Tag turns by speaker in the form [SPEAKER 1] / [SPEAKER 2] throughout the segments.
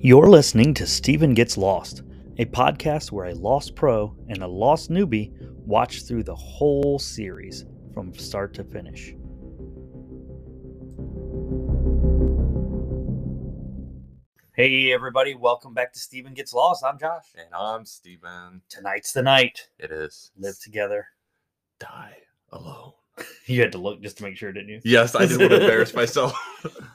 [SPEAKER 1] You're listening to Steven Gets Lost, a podcast where a lost pro and a lost newbie watch through the whole series from start to finish. Hey, everybody, welcome back to Steven Gets Lost. I'm Josh.
[SPEAKER 2] And I'm Steven.
[SPEAKER 1] Tonight's the night.
[SPEAKER 2] It is.
[SPEAKER 1] Live together.
[SPEAKER 2] Die alone.
[SPEAKER 1] You had to look just to make sure, didn't you?
[SPEAKER 2] Yes, I didn't want to embarrass myself.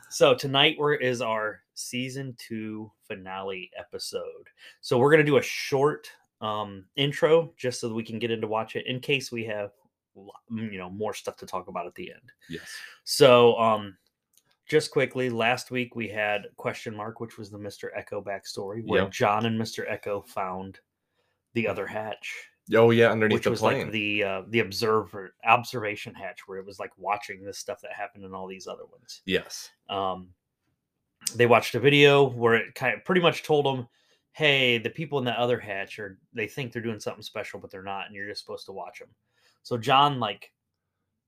[SPEAKER 1] So tonight we're, is our season two finale episode. So we're gonna do a short um, intro just so that we can get into watch it in case we have lo- mm, you know more stuff to talk about at the end.
[SPEAKER 2] Yes.
[SPEAKER 1] So um, just quickly, last week we had question mark, which was the Mister Echo backstory, where
[SPEAKER 2] Yep.
[SPEAKER 1] John and Mister Echo found the other hatch,
[SPEAKER 2] Oh yeah, underneath
[SPEAKER 1] which
[SPEAKER 2] the
[SPEAKER 1] was
[SPEAKER 2] plane.
[SPEAKER 1] like the uh, the observer observation hatch, where it was like watching this stuff that happened in all these other ones
[SPEAKER 2] Yes.
[SPEAKER 1] um, they watched a video where it kind of pretty much told them, "Hey, the people in the other hatch are they think they're doing something special, but they're not, and you're just supposed to watch them." So John like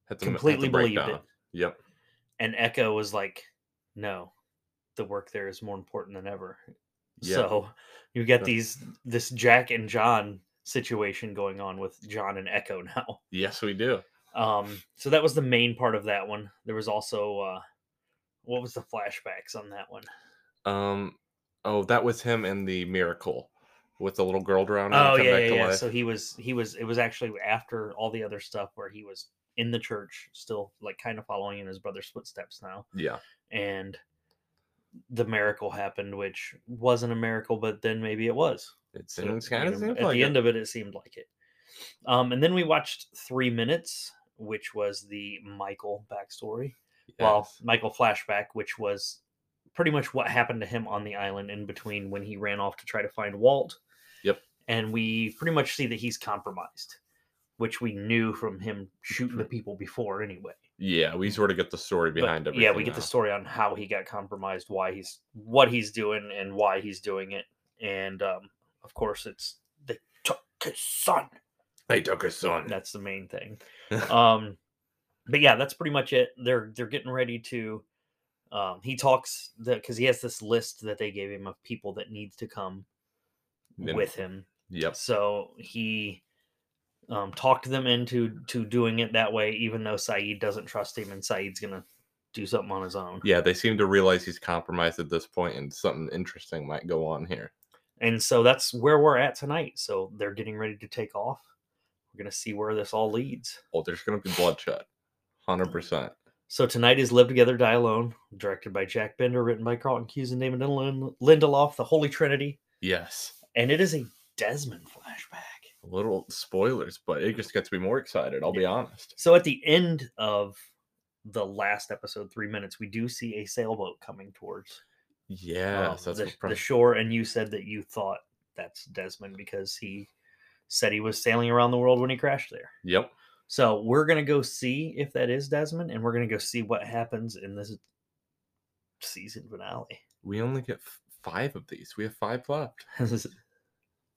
[SPEAKER 2] Had to m- had to
[SPEAKER 1] completely
[SPEAKER 2] break
[SPEAKER 1] believed
[SPEAKER 2] down.
[SPEAKER 1] it,
[SPEAKER 2] Yep.
[SPEAKER 1] and Echo was like, "No, the work there is more important than ever."
[SPEAKER 2] Yeah.
[SPEAKER 1] So you get
[SPEAKER 2] Yeah.
[SPEAKER 1] these this Jack and John situation going on with John and Echo now.
[SPEAKER 2] Yes, we do.
[SPEAKER 1] Um, so that was the main part of that one. There was also uh, what was the flashbacks on that one?
[SPEAKER 2] Um. Oh, that was him in the miracle with the little girl drowning. and
[SPEAKER 1] Oh
[SPEAKER 2] come
[SPEAKER 1] yeah,
[SPEAKER 2] back
[SPEAKER 1] yeah,
[SPEAKER 2] to
[SPEAKER 1] yeah.
[SPEAKER 2] life.
[SPEAKER 1] So he was he was it was actually after all the other stuff where he was in the church still like kind of following in his brother's footsteps now
[SPEAKER 2] yeah.
[SPEAKER 1] and the miracle happened which wasn't a miracle but then maybe it was
[SPEAKER 2] It
[SPEAKER 1] So,
[SPEAKER 2] seems
[SPEAKER 1] you
[SPEAKER 2] kind
[SPEAKER 1] know,
[SPEAKER 2] of seems
[SPEAKER 1] at
[SPEAKER 2] like
[SPEAKER 1] the
[SPEAKER 2] it.
[SPEAKER 1] end of it it seemed like it um and then we watched three minutes which was the michael backstory well
[SPEAKER 2] Yes.
[SPEAKER 1] michael flashback which was pretty much what happened to him on the island in between when he ran off to try to find walt
[SPEAKER 2] Yep.
[SPEAKER 1] and we pretty much see that he's compromised which we knew from him shooting the people before anyway
[SPEAKER 2] yeah, we sort of get the story
[SPEAKER 1] But,
[SPEAKER 2] Mm-hmm. behind everything.
[SPEAKER 1] yeah we get
[SPEAKER 2] now.
[SPEAKER 1] the story on how he got compromised why he's what he's doing and why he's doing it and um, of course it's they took his son
[SPEAKER 2] They took his son.
[SPEAKER 1] that's the main thing um but yeah that's pretty much it they're they're getting ready to um he talks because he has this list that they gave him of people that needs to come
[SPEAKER 2] Then-
[SPEAKER 1] with him
[SPEAKER 2] Yep.
[SPEAKER 1] so he um talked them into to doing it that way even though saeed doesn't trust him and saeed's gonna do something on his own
[SPEAKER 2] Yeah, they seem to realize he's compromised at this point, and something interesting might go on here.
[SPEAKER 1] and so that's where we're at tonight so they're getting ready to take off we're gonna see where this all leads
[SPEAKER 2] Oh, there's gonna be bloodshed. Hundred percent.
[SPEAKER 1] So tonight is Live Together, Die Alone, directed by Jack Bender, written by Carlton Hughes and Damon Lin- Lindelof, the Holy Trinity,
[SPEAKER 2] Yes.
[SPEAKER 1] and it is a Desmond flashback.
[SPEAKER 2] a little spoilers, but it just gets me more excited. I'll be honest.
[SPEAKER 1] So at the end of the last episode, three minutes, we do see a sailboat coming towards
[SPEAKER 2] Yeah,
[SPEAKER 1] um,
[SPEAKER 2] that's
[SPEAKER 1] the,
[SPEAKER 2] what pro-
[SPEAKER 1] the shore, and you said that you thought that's Desmond because he said he was sailing around the world when he crashed there.
[SPEAKER 2] Yep.
[SPEAKER 1] So we're gonna go see if that is Desmond, and we're gonna go see what happens in this season finale.
[SPEAKER 2] We only get f- five of these. We have five left,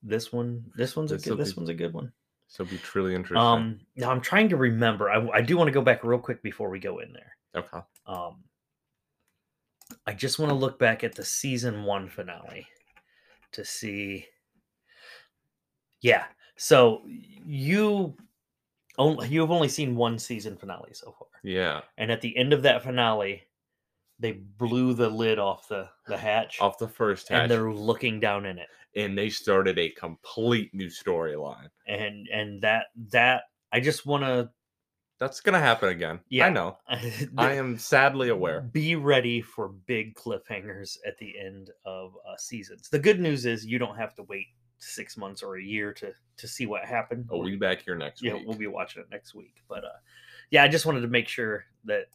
[SPEAKER 1] this one this one's a
[SPEAKER 2] This'll
[SPEAKER 1] good this
[SPEAKER 2] be
[SPEAKER 1] one's a good one
[SPEAKER 2] so it'd be truly interesting.
[SPEAKER 1] um now i'm trying to remember i, I do want to go back real quick before we go in there
[SPEAKER 2] okay.
[SPEAKER 1] um i just want to look back at the season one finale to see yeah so you only you've only seen one season finale so far
[SPEAKER 2] Yeah.
[SPEAKER 1] and at the end of that finale they blew the lid off the the hatch
[SPEAKER 2] Off the first hatch,
[SPEAKER 1] and
[SPEAKER 2] and,
[SPEAKER 1] they're looking down in it
[SPEAKER 2] they started a complete new storyline.
[SPEAKER 1] and and that that I just want to
[SPEAKER 2] That's gonna happen again.
[SPEAKER 1] Yeah.
[SPEAKER 2] I know. I am sadly aware.
[SPEAKER 1] be ready for big cliffhangers at the end of uh, seasons. The good news is you don't have to wait six months or a year to to see what happened.
[SPEAKER 2] Oh,
[SPEAKER 1] We're-
[SPEAKER 2] we back here next
[SPEAKER 1] yeah,
[SPEAKER 2] week.
[SPEAKER 1] we'll be watching it next week. But uh, yeah, I just wanted to make sure that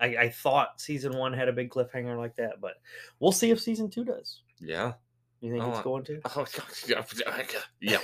[SPEAKER 1] I, I thought season one had a big cliffhanger like that, but we'll see if season two does.
[SPEAKER 2] yeah.
[SPEAKER 1] You think it's
[SPEAKER 2] Oh,
[SPEAKER 1] going to?
[SPEAKER 2] Oh, yeah.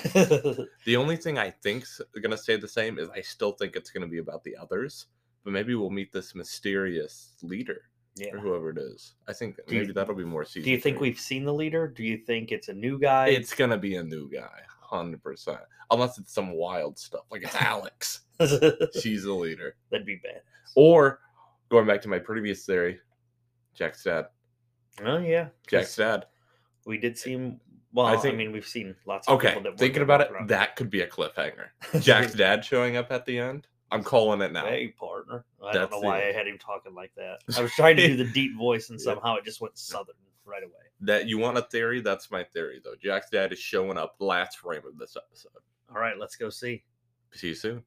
[SPEAKER 2] The only thing I think's gonna stay the same is I still think it's gonna be about the others, but maybe we'll meet this mysterious leader.
[SPEAKER 1] yeah.
[SPEAKER 2] or whoever it is. I think
[SPEAKER 1] Do you-
[SPEAKER 2] maybe that'll be more season.
[SPEAKER 1] Do you think
[SPEAKER 2] three.
[SPEAKER 1] we've seen the leader? Do you think it's a new guy?
[SPEAKER 2] It's gonna be a new guy, hundred percent. Unless it's some wild stuff, like it's Alex.
[SPEAKER 1] That'd
[SPEAKER 2] She's the leader.
[SPEAKER 1] be bad.
[SPEAKER 2] Or going back to my previous theory, Jack's dad.
[SPEAKER 1] Oh yeah,
[SPEAKER 2] Jack's
[SPEAKER 1] 'cause
[SPEAKER 2] dad.
[SPEAKER 1] We did see him. Well, I,
[SPEAKER 2] Eh, think-
[SPEAKER 1] mean, we've seen lots of
[SPEAKER 2] Okay,
[SPEAKER 1] people that work
[SPEAKER 2] thinking
[SPEAKER 1] at
[SPEAKER 2] about it,
[SPEAKER 1] restaurants.
[SPEAKER 2] that could be a cliffhanger. Jack's dad showing up at the end. I'm calling it now.
[SPEAKER 1] Hey, partner. I don't
[SPEAKER 2] That's the-
[SPEAKER 1] know why I had him talking like that. I was trying to do the deep voice, and
[SPEAKER 2] Yeah.
[SPEAKER 1] somehow it just went southern right away.
[SPEAKER 2] That you want a theory? That's my theory though. Jack's dad is showing up last frame of this episode.
[SPEAKER 1] All right, let's go see.
[SPEAKER 2] See you soon.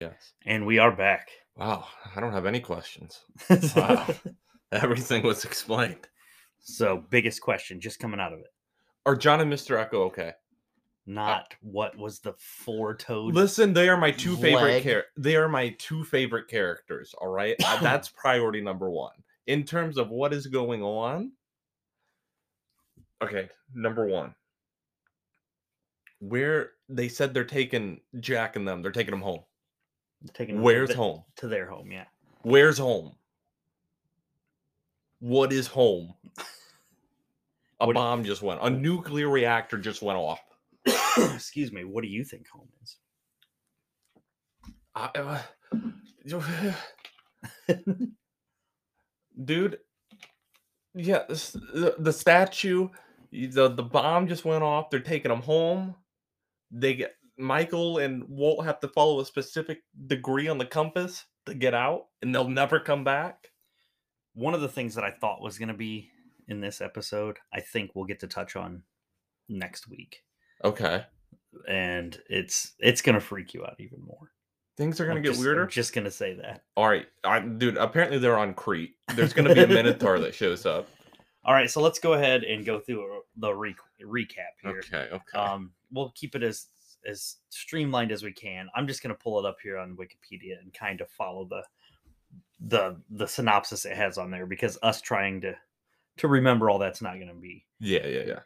[SPEAKER 2] Yes.
[SPEAKER 1] And we are back.
[SPEAKER 2] Wow. I don't have any questions. Wow. Everything was explained.
[SPEAKER 1] so, biggest question just coming out of it.
[SPEAKER 2] Are John and Mr. Echo okay?
[SPEAKER 1] Not what was the four toed.
[SPEAKER 2] Uh, Listen, they are my two favorite
[SPEAKER 1] Leg.
[SPEAKER 2] char- They are my two favorite characters. All right, Uh, that's priority number one in terms of what is going on. Okay, number one, where they said they're taking Jack and them, they're taking them home.
[SPEAKER 1] taking
[SPEAKER 2] Where's
[SPEAKER 1] home?
[SPEAKER 2] home?
[SPEAKER 1] To their home, yeah.
[SPEAKER 2] Where's home? What is home? A
[SPEAKER 1] What-
[SPEAKER 2] bomb just went. A nuclear reactor just went off.
[SPEAKER 1] Excuse me. What do you think home is?
[SPEAKER 2] I, uh, dude, yeah, this, the, the statue, y- the the bomb just went off. They're taking them home. They get Michael and Walt have to follow a specific degree on the compass to get out, and they'll never come back.
[SPEAKER 1] One of the things that I thought was going to be in this episode, I think we'll get to touch on next week.
[SPEAKER 2] Okay,
[SPEAKER 1] And it's it's going to freak you out even more.
[SPEAKER 2] things are gonna
[SPEAKER 1] I'm
[SPEAKER 2] get
[SPEAKER 1] just- I'm
[SPEAKER 2] weirder.
[SPEAKER 1] just going to say that.
[SPEAKER 2] All right, I, dude. Apparently they're on Crete. There's gonna be a Minotaur that shows up.
[SPEAKER 1] All right, so let's go ahead and go through the re- recap here.
[SPEAKER 2] Okay, okay.
[SPEAKER 1] Um, we'll keep it as as streamlined as we can. I'm just going to pull it up here on Wikipedia and kind of follow the the the synopsis it has on there because us trying to to remember all that's not going to be.
[SPEAKER 2] yeah, yeah, yeah.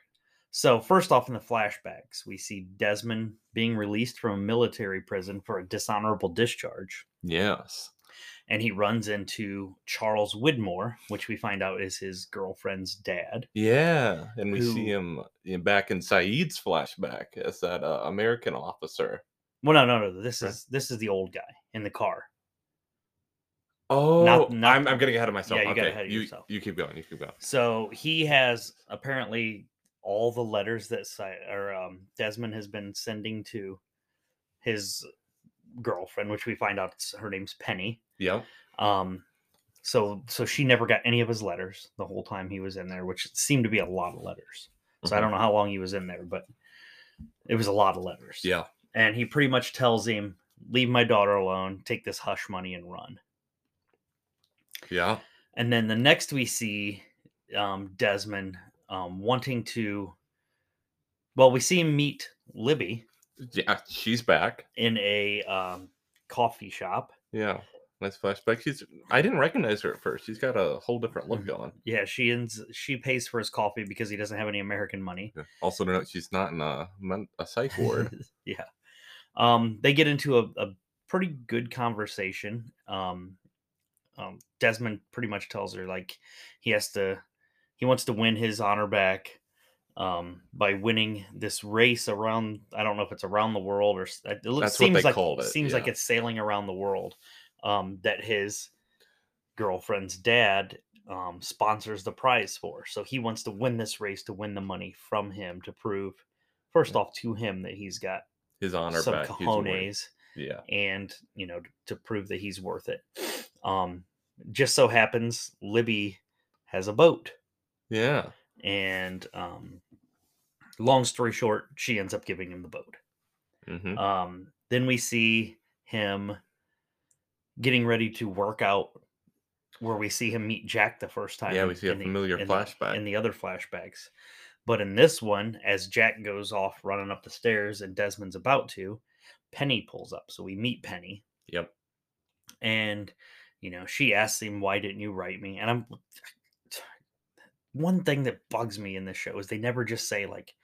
[SPEAKER 1] So first off, in the flashbacks, we see Desmond being released from a military prison for a dishonorable discharge,
[SPEAKER 2] Yes.
[SPEAKER 1] and he runs into Charles Widmore, which we find out is his girlfriend's dad.
[SPEAKER 2] Yeah, and we see
[SPEAKER 1] who-
[SPEAKER 2] him you know, back in Saeed's flashback as that uh, American officer.
[SPEAKER 1] Well, no, no, no. This
[SPEAKER 2] Right.
[SPEAKER 1] is this is the old guy in the car.
[SPEAKER 2] Oh,
[SPEAKER 1] not-
[SPEAKER 2] I'm, I'm getting ahead of myself.
[SPEAKER 1] Yeah, you got
[SPEAKER 2] okay,
[SPEAKER 1] ahead of
[SPEAKER 2] you,
[SPEAKER 1] yourself.
[SPEAKER 2] You keep going. You keep going.
[SPEAKER 1] So he has apparently all the letters that Si- or um, Desmond has been sending to his girlfriend, which we find out it's- her name's Penny.
[SPEAKER 2] Yep.
[SPEAKER 1] Um, so so she never got any of his letters the whole time he was in there, which seemed to be a lot of letters. So I
[SPEAKER 2] Mhm.
[SPEAKER 1] don't know how long he was in there, but it was a lot of letters.
[SPEAKER 2] Yeah.
[SPEAKER 1] and he pretty much tells him, "Leave my daughter alone. Take this hush money and run."
[SPEAKER 2] Yeah.
[SPEAKER 1] And then the next we see um, Desmond um, wanting to, well, we see him meet Libby
[SPEAKER 2] Yeah. She's back.
[SPEAKER 1] in a um, coffee shop.
[SPEAKER 2] Yeah. Nice flashback. She's. I didn't recognize her at first. She's got a whole different look
[SPEAKER 1] Mhm.
[SPEAKER 2] going.
[SPEAKER 1] Yeah, she ends, she pays for his coffee because he doesn't have any American money.
[SPEAKER 2] Yeah. Also, to note she's not in a men- a psych ward.
[SPEAKER 1] yeah. Um, they get into a, a pretty good conversation. Um, um, Desmond pretty much tells her like he has to, he wants to win his honor back um, by winning this race around. I don't know if it's around the world or s- it looks,
[SPEAKER 2] That's what
[SPEAKER 1] seems
[SPEAKER 2] they
[SPEAKER 1] like
[SPEAKER 2] called it,
[SPEAKER 1] seems like
[SPEAKER 2] yeah.
[SPEAKER 1] it's sailing around the world. Um, that his girlfriend's dad um, sponsors the prize for. So he wants to win this race to win the money from him to prove, first off, to him that he's got
[SPEAKER 2] His honor
[SPEAKER 1] some
[SPEAKER 2] back. he's worth-
[SPEAKER 1] cojones
[SPEAKER 2] Yeah.
[SPEAKER 1] and you know t- to prove that he's worth it. Um, just so happens Libby has a boat,
[SPEAKER 2] Yeah.
[SPEAKER 1] and um, long story short, she ends up giving him the boat.
[SPEAKER 2] hmm
[SPEAKER 1] Um, then we see him getting ready to work out, where we see him meet Jack the first time.
[SPEAKER 2] Yeah,
[SPEAKER 1] in-
[SPEAKER 2] we see a
[SPEAKER 1] in the-
[SPEAKER 2] familiar
[SPEAKER 1] in the-
[SPEAKER 2] flashback.
[SPEAKER 1] in the other flashbacks. But in this one, as Jack goes off running up the stairs and Desmond's about to, Penny pulls up. So we meet Penny,
[SPEAKER 2] Yep.
[SPEAKER 1] and you know she asks him why didn't you write me and i'm one thing that bugs me in this show is they never just say like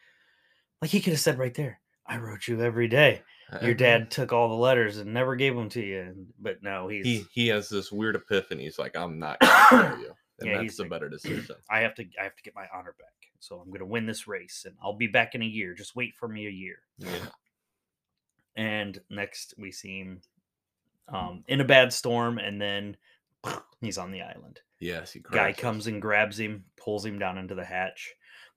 [SPEAKER 1] like he could have said right there i wrote you every day your dad took all the letters and never gave them to you and- but no he's
[SPEAKER 2] he he has this weird epiphany. He's like, I'm not gonna marry you, and
[SPEAKER 1] Yeah,
[SPEAKER 2] that's
[SPEAKER 1] he's
[SPEAKER 2] the
[SPEAKER 1] like,
[SPEAKER 2] better decision.
[SPEAKER 1] i have to i have to get my honor back so i'm going to win this race and i'll be back in a year just wait for me a year
[SPEAKER 2] Yeah.
[SPEAKER 1] and next we see him um, in a bad storm, and then he's on the island.
[SPEAKER 2] Yes, he
[SPEAKER 1] Guy
[SPEAKER 2] crashes.
[SPEAKER 1] comes and grabs him, pulls him down into the hatch,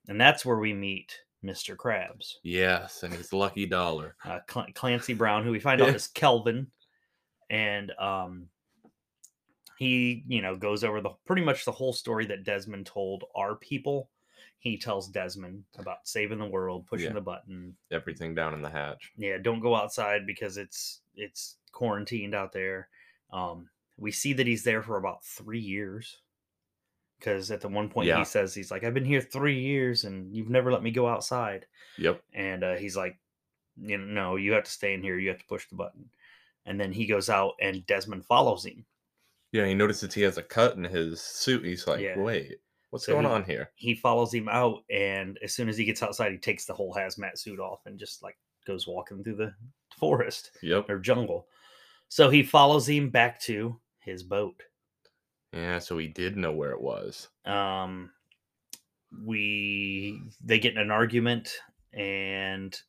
[SPEAKER 1] and that's where we meet Mr. Krabs.
[SPEAKER 2] Yes, and his lucky dollar.
[SPEAKER 1] uh, Cl- Clancy Brown, who we find
[SPEAKER 2] Yeah.
[SPEAKER 1] out is Kelvin, and um, he you know goes over the pretty much the whole story that Desmond told our people. He tells Desmond about saving the world, pushing
[SPEAKER 2] Yeah.
[SPEAKER 1] the button.
[SPEAKER 2] Everything down in the hatch.
[SPEAKER 1] Yeah, don't go outside because it's it's quarantined out there. Um, we see that he's there for about three years. Because at the one point
[SPEAKER 2] Yeah.
[SPEAKER 1] he says he's like, "I've been here three years and you've never let me go outside."
[SPEAKER 2] Yep.
[SPEAKER 1] and uh, he's like, you know, no, you have to stay in here. You have to push the button. And then he goes out, and Desmond follows him.
[SPEAKER 2] Yeah, he notices he has a cut in his suit. He's like,
[SPEAKER 1] Yeah.
[SPEAKER 2] wait, what's
[SPEAKER 1] So
[SPEAKER 2] going
[SPEAKER 1] he-
[SPEAKER 2] on here?
[SPEAKER 1] He follows him out, and as soon as he gets outside, he takes the whole hazmat suit off and just like goes walking through the forest
[SPEAKER 2] Yep.
[SPEAKER 1] or jungle. So he follows him back to his boat.
[SPEAKER 2] Yeah, so he did know where it was.
[SPEAKER 1] Um, we they get in an argument, and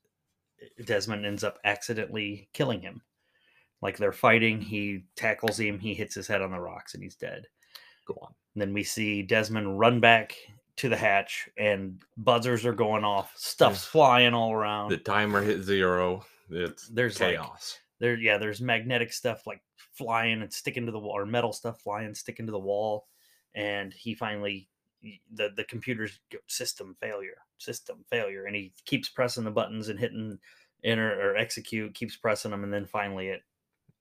[SPEAKER 1] Desmond ends up accidentally killing him. Like they're fighting, he tackles him, he hits his head on the rocks, and he's dead.
[SPEAKER 2] Go on.
[SPEAKER 1] And then we see Desmond run back to the hatch, and buzzers are going off, stuff's flying all around.
[SPEAKER 2] The timer hit zero. It's
[SPEAKER 1] Uh-huh. there's like
[SPEAKER 2] chaos.
[SPEAKER 1] there, yeah, there's magnetic stuff like flying and sticking to the wall, or metal stuff flying, sticking to the wall, and he finally y- the the computer's go- system failure, system failure, and he keeps pressing the buttons and hitting enter or execute, keeps pressing them, and then finally it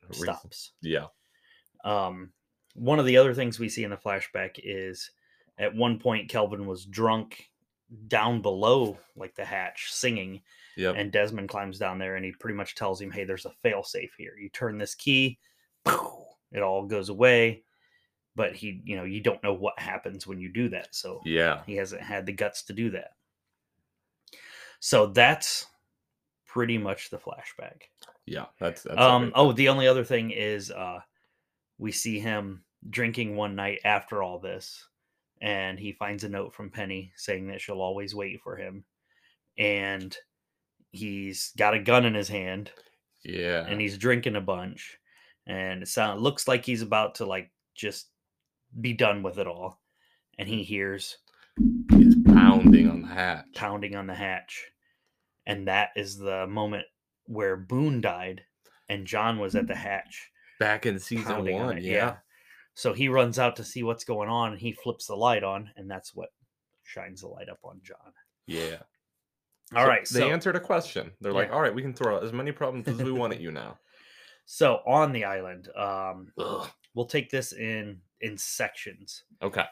[SPEAKER 2] Re-
[SPEAKER 1] stops.
[SPEAKER 2] Yeah.
[SPEAKER 1] Um, one of the other things we see in the flashback is at one point Kelvin was drunk down below like the hatch singing
[SPEAKER 2] Yep.
[SPEAKER 1] and Desmond climbs down there and he pretty much tells him hey there's a failsafe here you turn this key it all goes away but he you know you don't know what happens when you do that so
[SPEAKER 2] yeah.
[SPEAKER 1] he hasn't had the guts to do that so that's pretty much the flashback
[SPEAKER 2] Yeah. That's, that's
[SPEAKER 1] um.
[SPEAKER 2] everything.
[SPEAKER 1] Oh, the only other thing is, uh, we see him drinking one night after all this, and he finds a note from Penny saying that she'll always wait for him, and he's got a gun in his hand
[SPEAKER 2] yeah.
[SPEAKER 1] and he's drinking a bunch, and it sound looks like he's about to like just be done with it all, and he hears
[SPEAKER 2] He's pounding on the hatch.
[SPEAKER 1] pounding on the hatch, and that is the moment where Boone died, and John was at the hatch.
[SPEAKER 2] Back in season
[SPEAKER 1] pounding on
[SPEAKER 2] one.
[SPEAKER 1] it,
[SPEAKER 2] Yeah.
[SPEAKER 1] So he runs out to see what's going on and he flips the light on, and that's what shines the light up on John.
[SPEAKER 2] Yeah.
[SPEAKER 1] All
[SPEAKER 2] So
[SPEAKER 1] right.
[SPEAKER 2] They
[SPEAKER 1] So,
[SPEAKER 2] answered a question. They're like,
[SPEAKER 1] Yeah.
[SPEAKER 2] all right, we can throw out as many problems as we want at you now.
[SPEAKER 1] so on the island, um,
[SPEAKER 2] Ugh.
[SPEAKER 1] we'll take this in in sections.
[SPEAKER 2] Okay.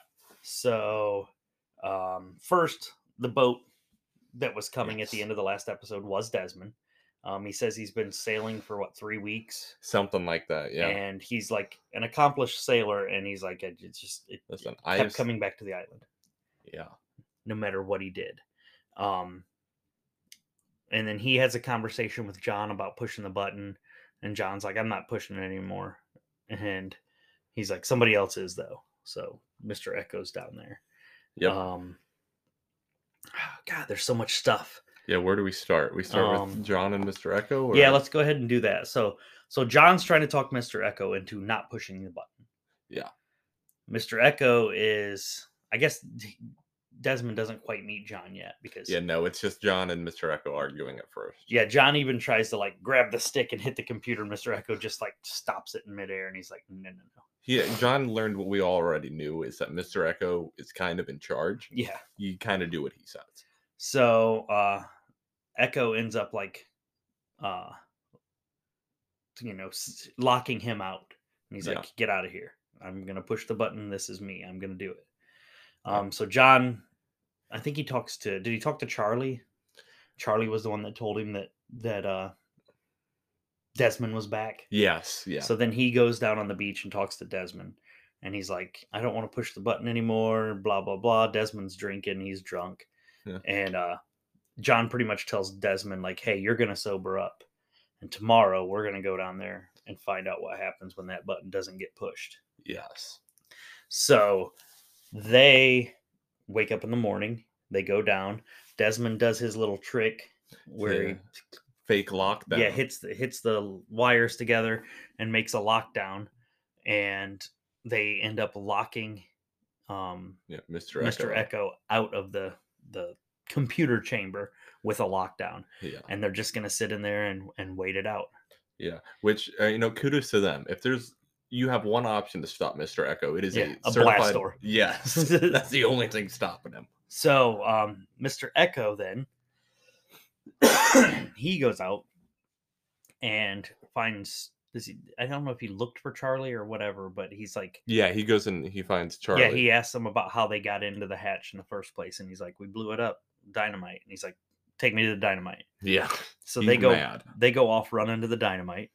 [SPEAKER 1] So um, first, the boat that was coming at the
[SPEAKER 2] Yes.
[SPEAKER 1] end of the last episode was Desmond. Um, he says he's been sailing for what three weeks,
[SPEAKER 2] Something like that. Yeah.
[SPEAKER 1] and he's like an accomplished sailor, and he's like "It- it's just it
[SPEAKER 2] Listen, I
[SPEAKER 1] kept
[SPEAKER 2] have
[SPEAKER 1] coming back to the island.
[SPEAKER 2] Yeah.
[SPEAKER 1] no matter what he did. Um, and then he has a conversation with John about pushing the button, and John's like, "I'm not pushing it anymore," and he's like, "Somebody else is though." So Mister Echo's down there.
[SPEAKER 2] Yep.
[SPEAKER 1] Um, ah, God, there's so much stuff.
[SPEAKER 2] Yeah. Where do we start? We start
[SPEAKER 1] Um,
[SPEAKER 2] with John and Mr. Echo.
[SPEAKER 1] Yeah,
[SPEAKER 2] or-
[SPEAKER 1] let's go ahead and do that. So, so John's trying to talk Mister Echo into not pushing the button.
[SPEAKER 2] Yeah.
[SPEAKER 1] Mister Echo is, I guess, D- Desmond doesn't quite meet John yet because
[SPEAKER 2] Yeah. No, it's just John and Mr. Echo arguing at first.
[SPEAKER 1] yeah, John even tries to like grab the stick and hit the computer. Mr. Echo just like stops it in midair and he's like, no, no, no.
[SPEAKER 2] Yeah. John learned what we already knew is that Mr. Echo is kind of in charge.
[SPEAKER 1] Yeah.
[SPEAKER 2] You kind of do what he says.
[SPEAKER 1] So uh Echo ends up like uh you know s- locking him out. And he's
[SPEAKER 2] Yeah.
[SPEAKER 1] like, get out of here. I'm gonna push the button. This is me. I'm gonna do it.
[SPEAKER 2] Yeah.
[SPEAKER 1] Um so John I think he talks to did he talk to Charlie? Charlie was the one that told him that that uh Desmond was back.
[SPEAKER 2] Yes. Yeah.
[SPEAKER 1] So then he goes down on the beach and talks to Desmond. And he's like, I don't want to push the button anymore, blah, blah, blah. Desmond's drinking, he's drunk.
[SPEAKER 2] Yeah.
[SPEAKER 1] And uh, John pretty much tells Desmond, like, hey, you're going to sober up. And tomorrow we're going to go down there and find out what happens when that button doesn't get pushed.
[SPEAKER 2] yes.
[SPEAKER 1] So they wake up in the morning, they go down. Desmond does his little trick where
[SPEAKER 2] Yeah.
[SPEAKER 1] he
[SPEAKER 2] fake lockdown.
[SPEAKER 1] yeah hits the hits the wires together and makes a lockdown and they end up locking um
[SPEAKER 2] yeah, Mr. Echo.
[SPEAKER 1] mr echo out of the the computer chamber with a lockdown
[SPEAKER 2] Yeah,
[SPEAKER 1] and they're just gonna sit in there and and wait it out
[SPEAKER 2] yeah. Which uh, you know, kudos to them. If there's you have one option to stop Mr. Echo, it is
[SPEAKER 1] Yeah,
[SPEAKER 2] a
[SPEAKER 1] a
[SPEAKER 2] certified.
[SPEAKER 1] blast door.
[SPEAKER 2] Yes, that's the only thing stopping him.
[SPEAKER 1] so um mr echo then he goes out and finds does he, i don't know if he looked for charlie or whatever but he's like
[SPEAKER 2] Yeah, he goes and he finds Charlie.
[SPEAKER 1] Yeah, he asked them about how they got into the hatch in the first place, and he's like, "We blew it up, dynamite." And he's like, "Take me to the dynamite."
[SPEAKER 2] yeah.
[SPEAKER 1] So
[SPEAKER 2] he's
[SPEAKER 1] they go,
[SPEAKER 2] mad.
[SPEAKER 1] they go off, run into the dynamite,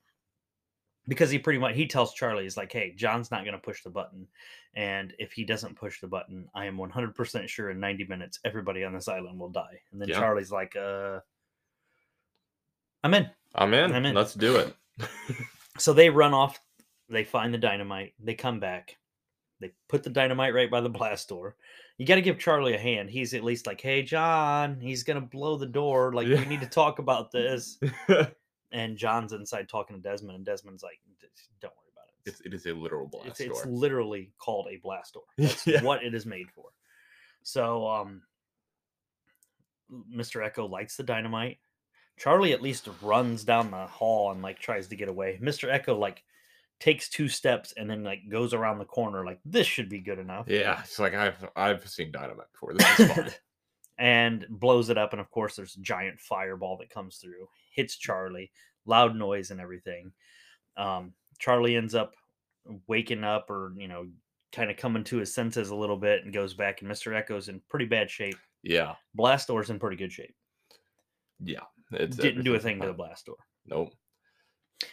[SPEAKER 1] because he pretty much he tells Charlie, "He's like, hey, John's not going to push the button, and if he doesn't push the button, I am one hundred percent sure in ninety minutes everybody on this island will die." And then
[SPEAKER 2] Yeah.
[SPEAKER 1] Charlie's like, "Uh, I'm in."
[SPEAKER 2] I'm in.
[SPEAKER 1] I'm in.
[SPEAKER 2] Let's do it.
[SPEAKER 1] So they run off, they find the dynamite, they come back, they put the dynamite right by the blast door. You got to give Charlie a hand. He's at least like, hey, John, he's going to blow the door. Like,
[SPEAKER 2] Yeah.
[SPEAKER 1] we need to talk about this. And John's inside talking to Desmond, and Desmond's like, "Just don't worry about it.
[SPEAKER 2] it's, it is a literal blast
[SPEAKER 1] It's, it's, it's
[SPEAKER 2] door.
[SPEAKER 1] literally called a blast door. That's
[SPEAKER 2] Yeah.
[SPEAKER 1] what it is made for. So, um, Mr. Echo lights the dynamite. Charlie at least runs down the hall and like tries to get away. Mr. Echo like takes two steps and then like goes around the corner. Like this should be good enough.
[SPEAKER 2] Yeah, it's like I've I've seen dynamite before. This is fun.
[SPEAKER 1] and blows it up. And of course, there's a giant fireball that comes through, hits Charlie, loud noise and everything. Um, Charlie ends up waking up or, you know, kind of coming to his senses a little bit and goes back. And Mr. Echo's in pretty bad shape.
[SPEAKER 2] yeah,
[SPEAKER 1] Blastor's in pretty good shape.
[SPEAKER 2] yeah. It's
[SPEAKER 1] Didn't do a
[SPEAKER 2] everything's
[SPEAKER 1] thing to the
[SPEAKER 2] fine.
[SPEAKER 1] Blastor.
[SPEAKER 2] Nope.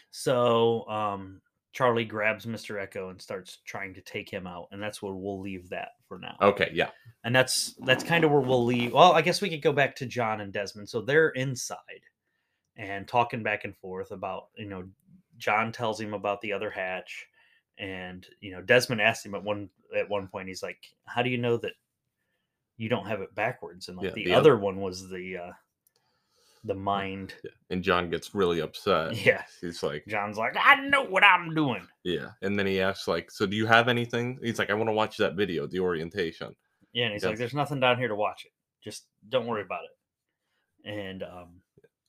[SPEAKER 1] So um, Charlie grabs Mr. Echo and starts trying to take him out. And that's where we'll leave that for now.
[SPEAKER 2] Okay. Yeah.
[SPEAKER 1] and that's that's kind of where we'll leave. Well, I guess we could go back to John and Desmond. So they're inside and talking back and forth about you know John tells him about the other hatch, and you know Desmond asks him at one at one point he's like, "How do you know that you don't have it backwards?" And like
[SPEAKER 2] Yeah,
[SPEAKER 1] the,
[SPEAKER 2] the oth-
[SPEAKER 1] other one was the uh the mind.
[SPEAKER 2] And John gets really upset.
[SPEAKER 1] Yeah,
[SPEAKER 2] He's like,
[SPEAKER 1] John's like, "I know what I'm doing."
[SPEAKER 2] yeah. And then he asks, like, so do you have anything? He's like, I want to watch that video, the orientation.
[SPEAKER 1] Yeah, and he's
[SPEAKER 2] Yeah.
[SPEAKER 1] like, "There's nothing down here to watch it. Just don't worry about it." And um,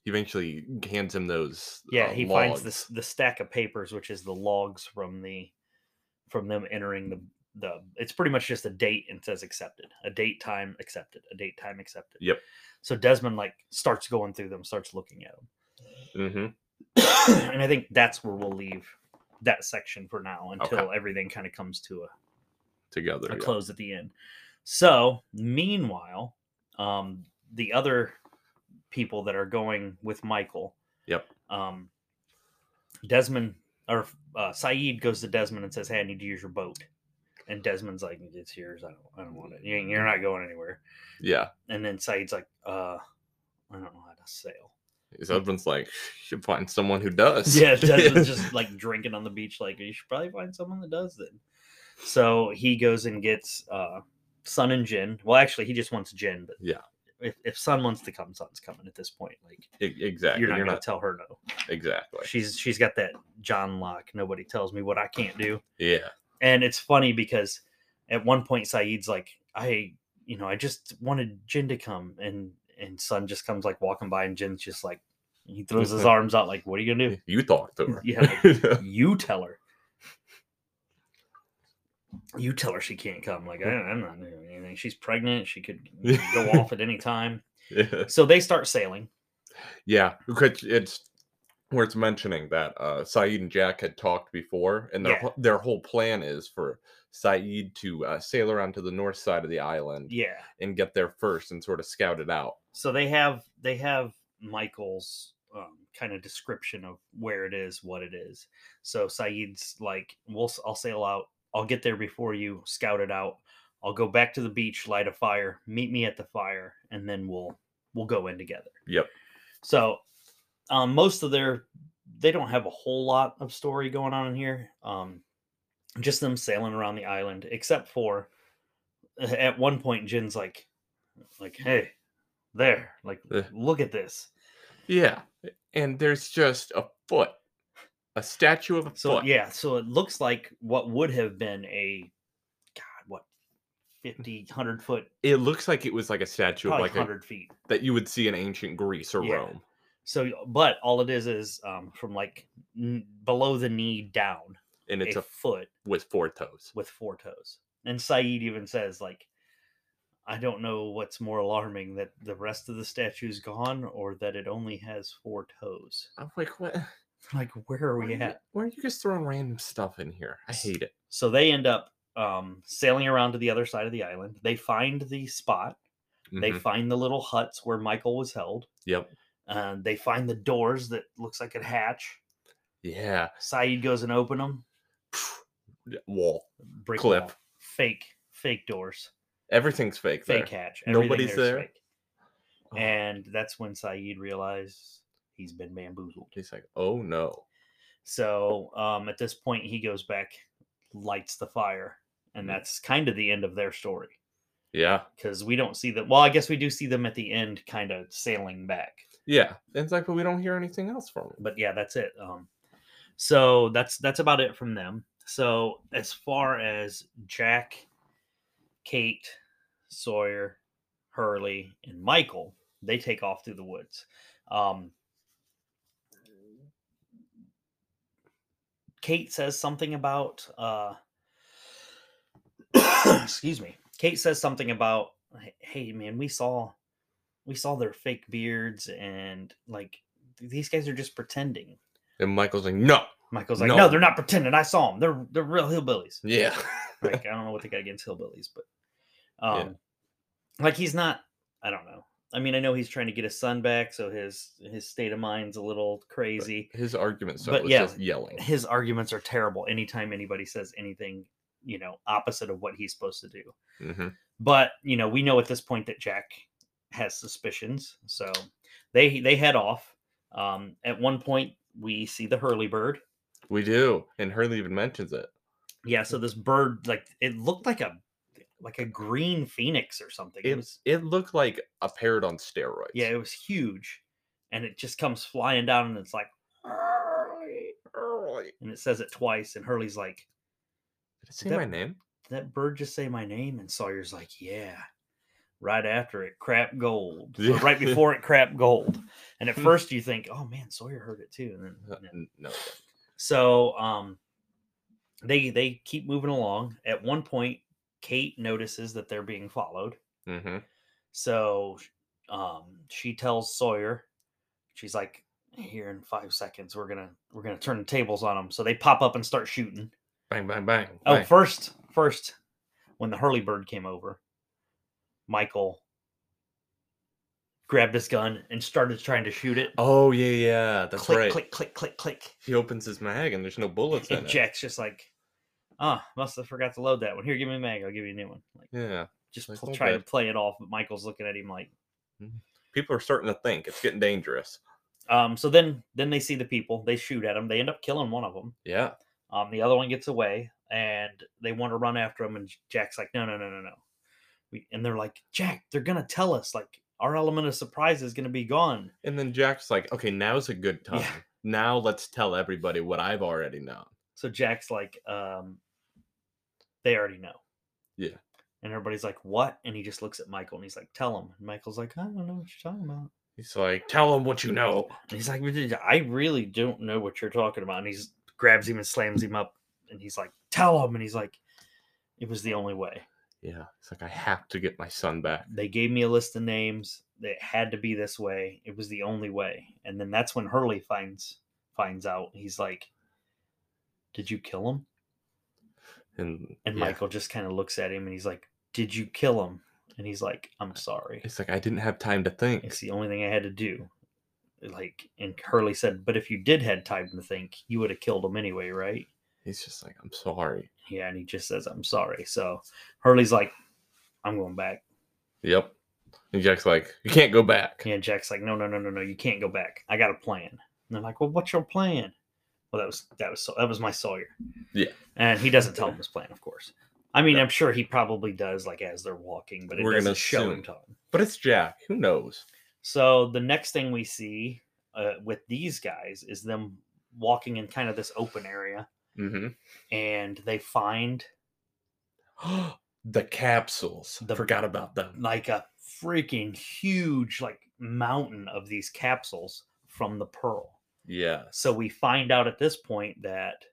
[SPEAKER 2] He eventually hands him those.
[SPEAKER 1] yeah
[SPEAKER 2] uh,
[SPEAKER 1] he finds this
[SPEAKER 2] logs.
[SPEAKER 1] the stack of papers which is the logs from the from them entering the the it's pretty much just a date and says accepted a date time accepted a date time accepted
[SPEAKER 2] Yep.
[SPEAKER 1] so desmond like starts going through them starts looking at
[SPEAKER 2] Mhm.
[SPEAKER 1] them and i think that's where we'll leave that section for now until everything kind of comes to a,
[SPEAKER 2] together.
[SPEAKER 1] a
[SPEAKER 2] yeah.
[SPEAKER 1] close at the end so meanwhile um the other people that are going with michael
[SPEAKER 2] Yep.
[SPEAKER 1] um, Desmond or uh, Saeed goes to Desmond and says, "Hey, I need to use your boat." And Desmond's like, "It's yours. I don't, I don't want it. You, you're not going anywhere."
[SPEAKER 2] Yeah.
[SPEAKER 1] And then Saeed's like, "Uh, I don't know how to sail."
[SPEAKER 2] His husband's like, you should find someone who does.
[SPEAKER 1] Yeah, Desmond's just like drinking on the beach. Like, you should probably find someone that does then. So he goes and gets uh, Sun and Jin. Well, actually, he just wants Jin, but
[SPEAKER 2] Yeah.
[SPEAKER 1] if, if Sun wants to come, Sun's coming at this point. Like,
[SPEAKER 2] E- exactly.
[SPEAKER 1] you're not gonna tell her no.
[SPEAKER 2] exactly.
[SPEAKER 1] she's she's got that John Locke. Nobody tells me what I can't do.
[SPEAKER 2] Yeah.
[SPEAKER 1] And it's funny because at one point Saeed's like, I you know, I just wanted Jin to come and and Sun just comes like walking by and Jin's just like he throws his arms out like, What are you gonna do?
[SPEAKER 2] You talk to her.
[SPEAKER 1] Yeah, You tell her. You tell her she can't come. Like I, I'm not doing anything. She's pregnant. She could go off at any time.
[SPEAKER 2] yeah.
[SPEAKER 1] So they start sailing.
[SPEAKER 2] Yeah, because it's worth mentioning that uh, Saeed and Jack had talked before, and their
[SPEAKER 1] Yeah.
[SPEAKER 2] wh- their whole plan is for Saeed to uh, sail around to the north side of the island
[SPEAKER 1] Yeah.
[SPEAKER 2] and get there first and sort of scout it out.
[SPEAKER 1] so they have they have michael's um, kind of description of where it is what it is so saeed's like we'll s- i'll sail out i'll get there before you scout it out i'll go back to the beach light a fire meet me at the fire and then we'll we'll go in together
[SPEAKER 2] Yep.
[SPEAKER 1] so um, most of their they don't have a whole lot of story going on in here um, just them sailing around the island except for eh, at one point jin's like like hey there like
[SPEAKER 2] Yeah.
[SPEAKER 1] look at this
[SPEAKER 2] Yeah, and there's just a foot, a statue of a
[SPEAKER 1] So
[SPEAKER 2] foot.
[SPEAKER 1] yeah, so it looks like what would have been a god what 50 100 foot
[SPEAKER 2] It looks like it was like a statue of
[SPEAKER 1] probably
[SPEAKER 2] like a,
[SPEAKER 1] 100 feet.
[SPEAKER 2] that you would see in ancient Greece or
[SPEAKER 1] Yeah.
[SPEAKER 2] Rome.
[SPEAKER 1] So but all it is is um from like n- below the knee down
[SPEAKER 2] And it's
[SPEAKER 1] a,
[SPEAKER 2] a
[SPEAKER 1] foot
[SPEAKER 2] with four toes.
[SPEAKER 1] with four toes. And Saeed even says like I don't know what's more alarming that the rest of the statue's gone or that it only has four toes.
[SPEAKER 2] I'm like, what?
[SPEAKER 1] Like where are
[SPEAKER 2] why are
[SPEAKER 1] we
[SPEAKER 2] you-
[SPEAKER 1] at?
[SPEAKER 2] Why are you guys throwing random stuff in here? I hate it.
[SPEAKER 1] So they end up um, sailing around to the other side of the island. They find the spot. They
[SPEAKER 2] Mhm.
[SPEAKER 1] find the little huts where Michael was held.
[SPEAKER 2] Yep.
[SPEAKER 1] And they find the doors that looks like a hatch.
[SPEAKER 2] Yeah.
[SPEAKER 1] Saeed goes and open them.
[SPEAKER 2] Wall.
[SPEAKER 1] Break
[SPEAKER 2] Clip.
[SPEAKER 1] Fake, fake doors.
[SPEAKER 2] Everything's fake. there.
[SPEAKER 1] Fake hatch. there's
[SPEAKER 2] Nobody's there?
[SPEAKER 1] fake.
[SPEAKER 2] Oh.
[SPEAKER 1] And that's when Saeed realizes he's been bamboozled.
[SPEAKER 2] He's like, oh no.
[SPEAKER 1] So um, at this point, he goes back, lights the fire. And
[SPEAKER 2] Mhm.
[SPEAKER 1] that's kind of the end of their story.
[SPEAKER 2] Yeah.
[SPEAKER 1] because we don't see them. Well, I guess we do see them at the end, kind of sailing back.
[SPEAKER 2] Yeah. And it's like, but we don't hear anything else from him.
[SPEAKER 1] But yeah, that's it. Um, so that's that's about it from them. So as far as Jack, Kate, Sawyer, Hurley, and Michael, they take off through the woods. Um, Kate says something about. Uh, excuse me. Kate says something about, "Hey, man, we saw, we saw their fake beards, and like these guys are just pretending."
[SPEAKER 2] And Michael's like, no.
[SPEAKER 1] Michael's like, no.
[SPEAKER 2] No.
[SPEAKER 1] they're not pretending. I saw them. They're they're real hillbillies."
[SPEAKER 2] Yeah.
[SPEAKER 1] Like I don't know what they got against hillbillies, but
[SPEAKER 2] Yeah.
[SPEAKER 1] um, like he's not. I don't know. I mean, I know he's trying to get his son back, so his his state of mind's a little crazy.
[SPEAKER 2] His argument so
[SPEAKER 1] But
[SPEAKER 2] was
[SPEAKER 1] yeah.
[SPEAKER 2] just yelling.
[SPEAKER 1] His arguments are terrible. Anytime anybody says anything, you know, opposite of what he's supposed to do.
[SPEAKER 2] hmm
[SPEAKER 1] but you know we know at this point that jack has suspicions so they they head off um at one point we see the hurley bird
[SPEAKER 2] We do. And Hurley even mentions it.
[SPEAKER 1] yeah so this bird like it looked like a like a green phoenix or something it,
[SPEAKER 2] It,
[SPEAKER 1] was
[SPEAKER 2] it looked like a parrot on steroids.
[SPEAKER 1] yeah it was huge and it just comes flying down and it's like
[SPEAKER 2] Hurley. Hurley.
[SPEAKER 1] and it says it twice and hurley's like
[SPEAKER 2] Did it say
[SPEAKER 1] That-
[SPEAKER 2] my name?
[SPEAKER 1] "Did that bird just say my name and sawyer's like yeah right after it crap gold or
[SPEAKER 2] Yeah. Hmm.
[SPEAKER 1] right before it crap gold and at first you think oh man sawyer heard it too and then
[SPEAKER 2] Uh,
[SPEAKER 1] yeah.
[SPEAKER 2] n- No. it didn't.
[SPEAKER 1] So um they they keep moving along. At one point, Kate notices that they're being followed.
[SPEAKER 2] Mm-hmm.
[SPEAKER 1] So um she tells Sawyer, she's like, here in five seconds, we're gonna we're gonna turn the tables on them. So they pop up and start shooting.
[SPEAKER 2] Bang, bang, bang.
[SPEAKER 1] Oh,
[SPEAKER 2] bang.
[SPEAKER 1] first, first, when the Hurley bird came over, Michael grabbed his gun and started trying to shoot it.
[SPEAKER 2] oh yeah, yeah. That's
[SPEAKER 1] click,
[SPEAKER 2] right.
[SPEAKER 1] click, click, click, click.
[SPEAKER 2] He opens his mag and there's no bullets in
[SPEAKER 1] And
[SPEAKER 2] it.
[SPEAKER 1] Jack's just like, ah, must have forgot to load that one. Here, give me a mag. I'll give you a new one. Like,
[SPEAKER 2] Yeah.
[SPEAKER 1] just
[SPEAKER 2] Like,
[SPEAKER 1] pl-
[SPEAKER 2] "My
[SPEAKER 1] trying to
[SPEAKER 2] bad."
[SPEAKER 1] play it off, but Michael's looking at him like,
[SPEAKER 2] People are starting to think it's getting dangerous.
[SPEAKER 1] um. So then, then they see the people. They shoot at him. They end up killing one of them.
[SPEAKER 2] Yeah.
[SPEAKER 1] Um, the other one gets away, and they want to run after him. And J- Jack's like, no, no, no, no, no. We, and they're like, Jack, they're gonna tell us. Like, our element of surprise is gonna be gone.
[SPEAKER 2] And then Jack's like, okay, now's a good
[SPEAKER 1] Yeah.
[SPEAKER 2] time. Now let's tell everybody what I've already known.
[SPEAKER 1] So Jack's like, um, they already know.
[SPEAKER 2] Yeah.
[SPEAKER 1] And everybody's like, what? And he just looks at Michael and he's like, tell him. And Michael's like, I don't know what you're talking about.
[SPEAKER 2] He's like, tell them what you know.
[SPEAKER 1] And he's like, "Dude, I really don't know what you're talking about. And he grabs him and slams him up. And he's like, tell him. And he's like, it was the only way.
[SPEAKER 2] Yeah. It's like, I have to get my son back.
[SPEAKER 1] They gave me a list of names. It had to be this way. It was the only way. And then that's when Hurley finds finds out. He's like, did you kill him?
[SPEAKER 2] And,
[SPEAKER 1] And
[SPEAKER 2] yeah.
[SPEAKER 1] Michael just kind of looks at him and he's like, did you kill him? And he's like, I'm sorry.
[SPEAKER 2] It's like, I didn't have time to think.
[SPEAKER 1] It's the only thing I had to do. Like, and Hurley said, but if you did had time to think, you would have killed him anyway, right?
[SPEAKER 2] He's just like, I'm sorry.
[SPEAKER 1] Yeah, and he just says, I'm sorry. So Hurley's like, I'm going back.
[SPEAKER 2] Yep. And Jack's like, you can't go back.
[SPEAKER 1] And Jack's like, No, no, no, no, no, you can't go back. I got a plan. And they're like, Well, what's your plan? Well, that was that was that was my Sawyer.
[SPEAKER 2] Yeah.
[SPEAKER 1] And he doesn't tell him his plan, of course. I mean,
[SPEAKER 2] No.
[SPEAKER 1] I'm sure he probably does, like as they're walking, but it
[SPEAKER 2] We're gonna
[SPEAKER 1] doesn't show him
[SPEAKER 2] assume.
[SPEAKER 1] to him.
[SPEAKER 2] But it's Jack. Who knows?
[SPEAKER 1] So the next thing we see uh, with these guys is them walking in kind of this open area
[SPEAKER 2] Mm-hmm.
[SPEAKER 1] and they find
[SPEAKER 2] the capsules.
[SPEAKER 1] The-
[SPEAKER 2] Forgot about them.
[SPEAKER 1] like a freaking huge like mountain of these capsules from the pearl.
[SPEAKER 2] Yeah.
[SPEAKER 1] So we find out at this point that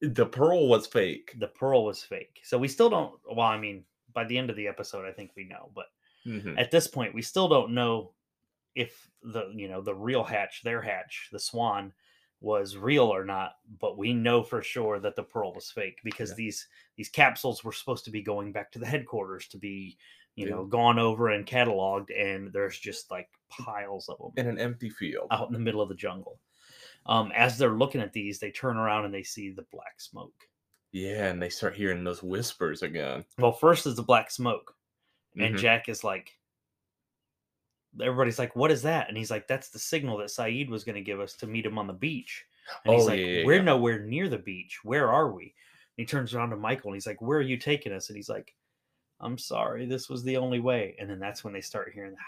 [SPEAKER 2] The pearl was fake.
[SPEAKER 1] the pearl was fake. So we still don't well I mean by the end of the episode I think we know, but
[SPEAKER 2] Mhm.
[SPEAKER 1] at this point we still don't know if the you know the real hatch, their hatch, the swan was real or not, but we know for sure that the pearl was fake because
[SPEAKER 2] Yeah.
[SPEAKER 1] these these capsules were supposed to be going back to the headquarters to be you
[SPEAKER 2] Yeah.
[SPEAKER 1] know gone over and cataloged and there's just like piles of them
[SPEAKER 2] In an empty field.
[SPEAKER 1] out in the middle of the jungle. Um, as they're looking at these, they turn around and they see the black smoke.
[SPEAKER 2] Yeah, and they start hearing those whispers again.
[SPEAKER 1] Well, first is the black smoke, and
[SPEAKER 2] Mhm.
[SPEAKER 1] Jack is like, everybody's like, "What is that?" And he's like, "That's the signal that Saeed was going to give us to meet him on the beach." And he's
[SPEAKER 2] Oh,
[SPEAKER 1] like,
[SPEAKER 2] yeah, yeah,
[SPEAKER 1] "We're
[SPEAKER 2] yeah.
[SPEAKER 1] nowhere near the beach. Where are we?" And he turns around to Michael and he's like, "Where are you taking us?" And he's like, "I'm sorry, this was the only way." And then that's when they start hearing the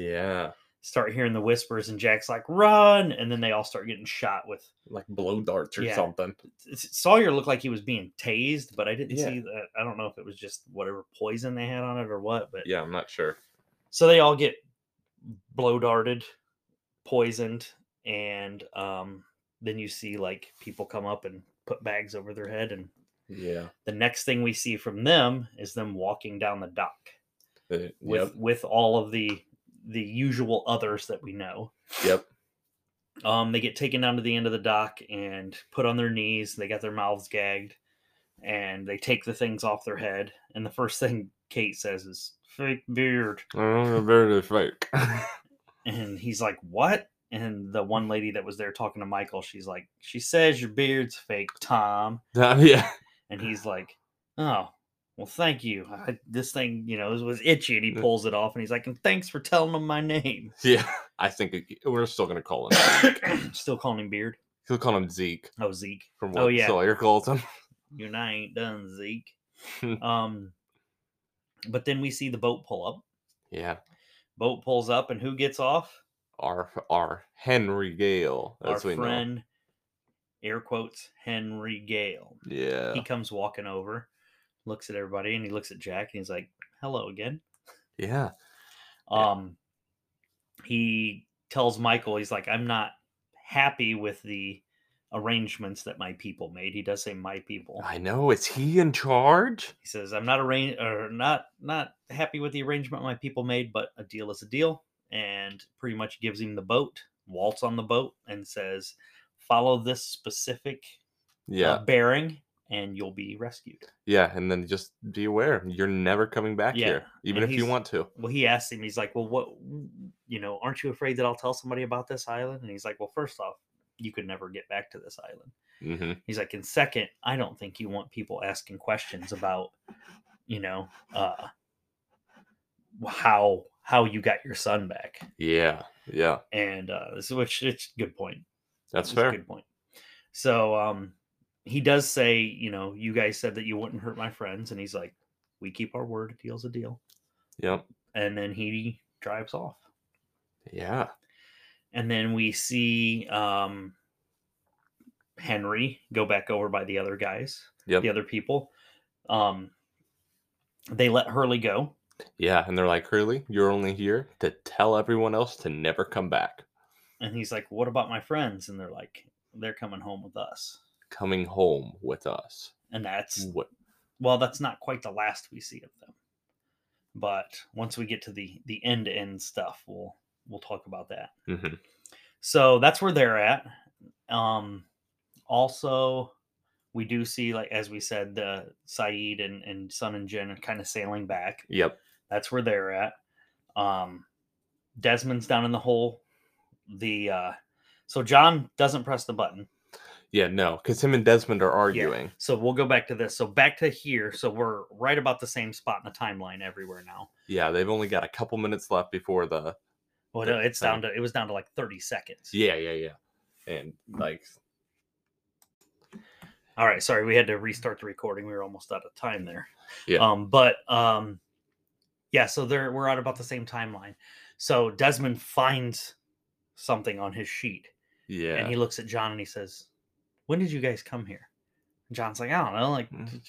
[SPEAKER 2] Yeah,
[SPEAKER 1] start hearing the whispers, and Jack's like, "Run!" And then they all start getting shot with
[SPEAKER 2] like blow darts or
[SPEAKER 1] Yeah.
[SPEAKER 2] something.
[SPEAKER 1] S- Sawyer looked like he was being tased, but I didn't
[SPEAKER 2] Yeah.
[SPEAKER 1] see that. I don't know if it was just whatever poison they had on it or what. But
[SPEAKER 2] Yeah, I'm not sure.
[SPEAKER 1] so they all get blow darted, poisoned, and um, then you see like people come up and put bags over their head. And
[SPEAKER 2] Yeah.
[SPEAKER 1] the next thing we see from them is them walking down the dock
[SPEAKER 2] Uh,
[SPEAKER 1] with
[SPEAKER 2] yep.
[SPEAKER 1] with all of the the usual others that we know.
[SPEAKER 2] Yep.
[SPEAKER 1] Um, they get taken down to the end of the dock and put on their knees. They got their mouths gagged, and they take the things off their head. And the first thing Kate says is "fake beard,"
[SPEAKER 2] I don't know if fake.
[SPEAKER 1] and he's like, "What?" And the
[SPEAKER 2] Mm.
[SPEAKER 1] one lady that was there talking to Michael, she's like, "She says your beard's fake, Tom,"
[SPEAKER 2] yeah.
[SPEAKER 1] and he's like, "Oh." Well, thank you. I, this thing, you know, was, was itchy, and he pulls it off, and he's like, "And thanks for telling him my name."
[SPEAKER 2] Yeah. I think it, we're still gonna call him.
[SPEAKER 1] Still calling him Beard.
[SPEAKER 2] He'll call him Zeke
[SPEAKER 1] Oh, Zeke.
[SPEAKER 2] from what
[SPEAKER 1] Oh, yeah.
[SPEAKER 2] Sawyer calls him.
[SPEAKER 1] you and I ain't done, Zeke. um, but then we see the boat pull up.
[SPEAKER 2] Yeah.
[SPEAKER 1] Boat pulls up, and who gets off?
[SPEAKER 2] Our our Henry Gale. That's
[SPEAKER 1] Our
[SPEAKER 2] what we know.
[SPEAKER 1] friend, air quotes, Henry Gale.
[SPEAKER 2] Yeah.
[SPEAKER 1] He comes walking over, looks at everybody, and he looks at Jack, and he's like, "Hello again."
[SPEAKER 2] Yeah. Yeah.
[SPEAKER 1] Um, he tells Michael, he's like, "I'm not happy with the arrangements that my people made." He does say "my people."
[SPEAKER 2] I know. Is he in charge?
[SPEAKER 1] He says, "I'm not arranged or not not happy with the arrangement my people made, but a deal is a deal." And pretty much gives him the boat, waltz on the boat, and says, "Follow this specific uh,
[SPEAKER 2] Yeah.
[SPEAKER 1] bearing, and you'll be rescued."
[SPEAKER 2] yeah. And then just be aware. You're never coming back
[SPEAKER 1] Yeah,
[SPEAKER 2] here. Even
[SPEAKER 1] and
[SPEAKER 2] if you
[SPEAKER 1] he's-
[SPEAKER 2] want to.
[SPEAKER 1] Well, he asks him, he's like, "Well, what? You know, aren't you afraid that I'll tell somebody about this island?" And he's like, "Well, first off, you could never get back to this island."
[SPEAKER 2] hmm
[SPEAKER 1] He's like, and second, I don't think you want people asking questions about, you know, uh, wh- how how you got your son back,
[SPEAKER 2] Yeah. Yeah.
[SPEAKER 1] and uh, this is which it's a good point.
[SPEAKER 2] That's
[SPEAKER 1] It's a
[SPEAKER 2] fair.
[SPEAKER 1] Good point. So um, he does say, you know, you guys said that you wouldn't hurt my friends, and he's like, we keep our word. A deal's a deal.
[SPEAKER 2] Yep.
[SPEAKER 1] And then he drives off,
[SPEAKER 2] Yeah.
[SPEAKER 1] and then we see um, Henry go back over by the other guys.
[SPEAKER 2] Yep.
[SPEAKER 1] the other people. Um, they let Hurley go.
[SPEAKER 2] Yeah, and they're like, Hurley, you're only here to tell everyone else to never come back.
[SPEAKER 1] And he's like, What about my friends? And they're like, They're coming home with us.
[SPEAKER 2] Coming home with us.
[SPEAKER 1] And that's,
[SPEAKER 2] What?
[SPEAKER 1] well, that's not quite the last we see of them. But once we get to the the end to end stuff, we'll we'll talk about that.
[SPEAKER 2] Mhm.
[SPEAKER 1] So that's where they're at. Um, also, we do see, like as we said, the Saeed and and Sun and Jin are kind of sailing back.
[SPEAKER 2] Yep.
[SPEAKER 1] That's where they're at. Um, Desmond's down in the hole. The uh, so John doesn't press the button.
[SPEAKER 2] Yeah, no, because him and Desmond are arguing.
[SPEAKER 1] So we'll go back to this. So back to here. So we're right about the same spot in the timeline everywhere now.
[SPEAKER 2] Yeah. they've only got a couple minutes left before the.
[SPEAKER 1] Well,
[SPEAKER 2] Yeah,
[SPEAKER 1] no, uh, it's
[SPEAKER 2] I
[SPEAKER 1] down to it was down to like thirty seconds.
[SPEAKER 2] Yeah, yeah, yeah. And like,
[SPEAKER 1] All right. Sorry, we had to restart the recording. We were almost out of time there.
[SPEAKER 2] Yeah.
[SPEAKER 1] Um, but um, yeah. So they're we're at about the same timeline. So Desmond finds something on his sheet.
[SPEAKER 2] Yeah.
[SPEAKER 1] And he looks at John and he says, When did you guys come here? And John's like, I don't know, like
[SPEAKER 2] Mm.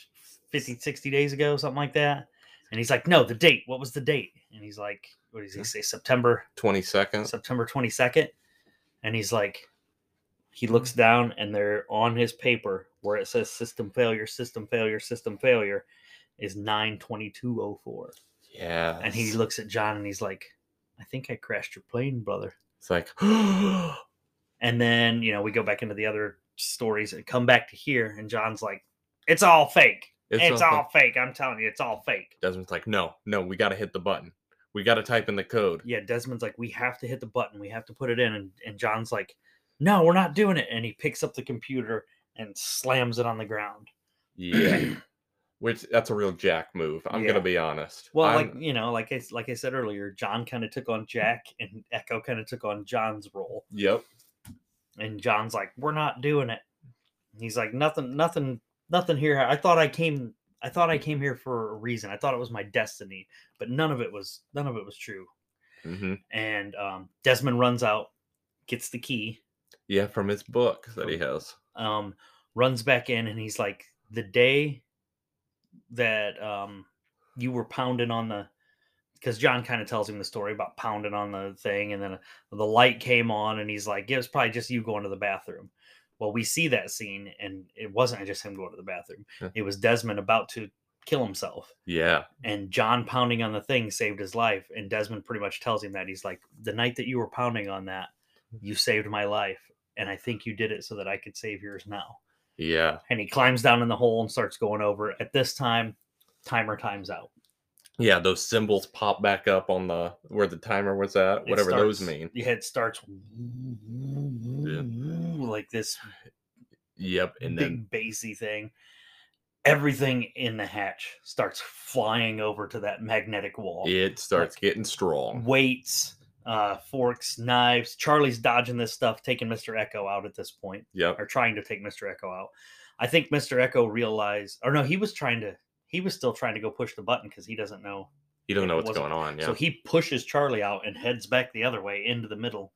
[SPEAKER 1] 50, 60 days ago, something like that. And he's like, No, the date. What was the date? And he's like, What does he say? September,
[SPEAKER 2] 22nd.
[SPEAKER 1] September 22nd. And he's like, He looks down and they're on his paper where it says system failure, system failure, system failure is 92204.
[SPEAKER 2] yeah.
[SPEAKER 1] And he looks at John and he's like, I think I crashed your plane, brother.
[SPEAKER 2] It's like,
[SPEAKER 1] And then, you know, we go back into the other stories and come back to here. And John's like, it's all fake. It's, all, fake. I'm telling you, it's all fake.
[SPEAKER 2] Desmond's like, no, no, we got to hit the button. We got to type in the code.
[SPEAKER 1] Yeah, Desmond's like, we have to hit the button. We have to put it in. And, and John's like, no, we're not doing it. And he picks up the computer and slams it on the ground.
[SPEAKER 2] Yeah. Which that's a real jack move. I'm
[SPEAKER 1] Yeah.
[SPEAKER 2] gonna be honest.
[SPEAKER 1] Well,
[SPEAKER 2] I'm-
[SPEAKER 1] like, you know, like I, s- like I said earlier, John kind of took on Jack and Echo kind of took on John's role.
[SPEAKER 2] yep.
[SPEAKER 1] And John's like, we're not doing it. And He's like, nothing, nothing, nothing here. I thought I came, I thought I came here for a reason. I thought it was my destiny, but none of it was, none of it was true.
[SPEAKER 2] hmm
[SPEAKER 1] And um, Desmond runs out, gets the key,
[SPEAKER 2] Yeah, from his book that he has.
[SPEAKER 1] um, runs back in, and he's like, the day that um, you were pounding on the, because John kind of tells him the story about pounding on the thing, and then the light came on, and he's like, yeah, it was probably just you going to the bathroom. Well, we see that scene, and it wasn't just him going to the bathroom.
[SPEAKER 2] Yeah.
[SPEAKER 1] It was Desmond about to kill himself
[SPEAKER 2] Yeah.
[SPEAKER 1] and John pounding on the thing saved his life. And Desmond pretty much tells him that he's like, the night that you were pounding on that,
[SPEAKER 2] Mm-hmm.
[SPEAKER 1] you saved my life, and I think you did it so that I could save yours now.
[SPEAKER 2] Yeah.
[SPEAKER 1] And he climbs down in the hole and starts going over. it. At this time, timer times out.
[SPEAKER 2] Yeah. Those symbols pop back up on the where the timer was at,
[SPEAKER 1] It
[SPEAKER 2] whatever those
[SPEAKER 1] starts-
[SPEAKER 2] mean.
[SPEAKER 1] Yeah, it starts like this
[SPEAKER 2] Yep. And then
[SPEAKER 1] big bassy thing. Everything in the hatch starts flying over to that magnetic wall.
[SPEAKER 2] it starts getting strong.
[SPEAKER 1] weights, uh, forks, knives. Charlie's dodging this stuff, taking Mr. Echo out at this point,
[SPEAKER 2] Yep.
[SPEAKER 1] or trying to take Mr. Echo out. I think Mr. Echo realized, or no, he was trying to, he was still trying to go push the button because he doesn't know.
[SPEAKER 2] You don't know what's
[SPEAKER 1] wasn't-
[SPEAKER 2] going on. Yeah.
[SPEAKER 1] So he pushes Charlie out and heads back the other way into the middle.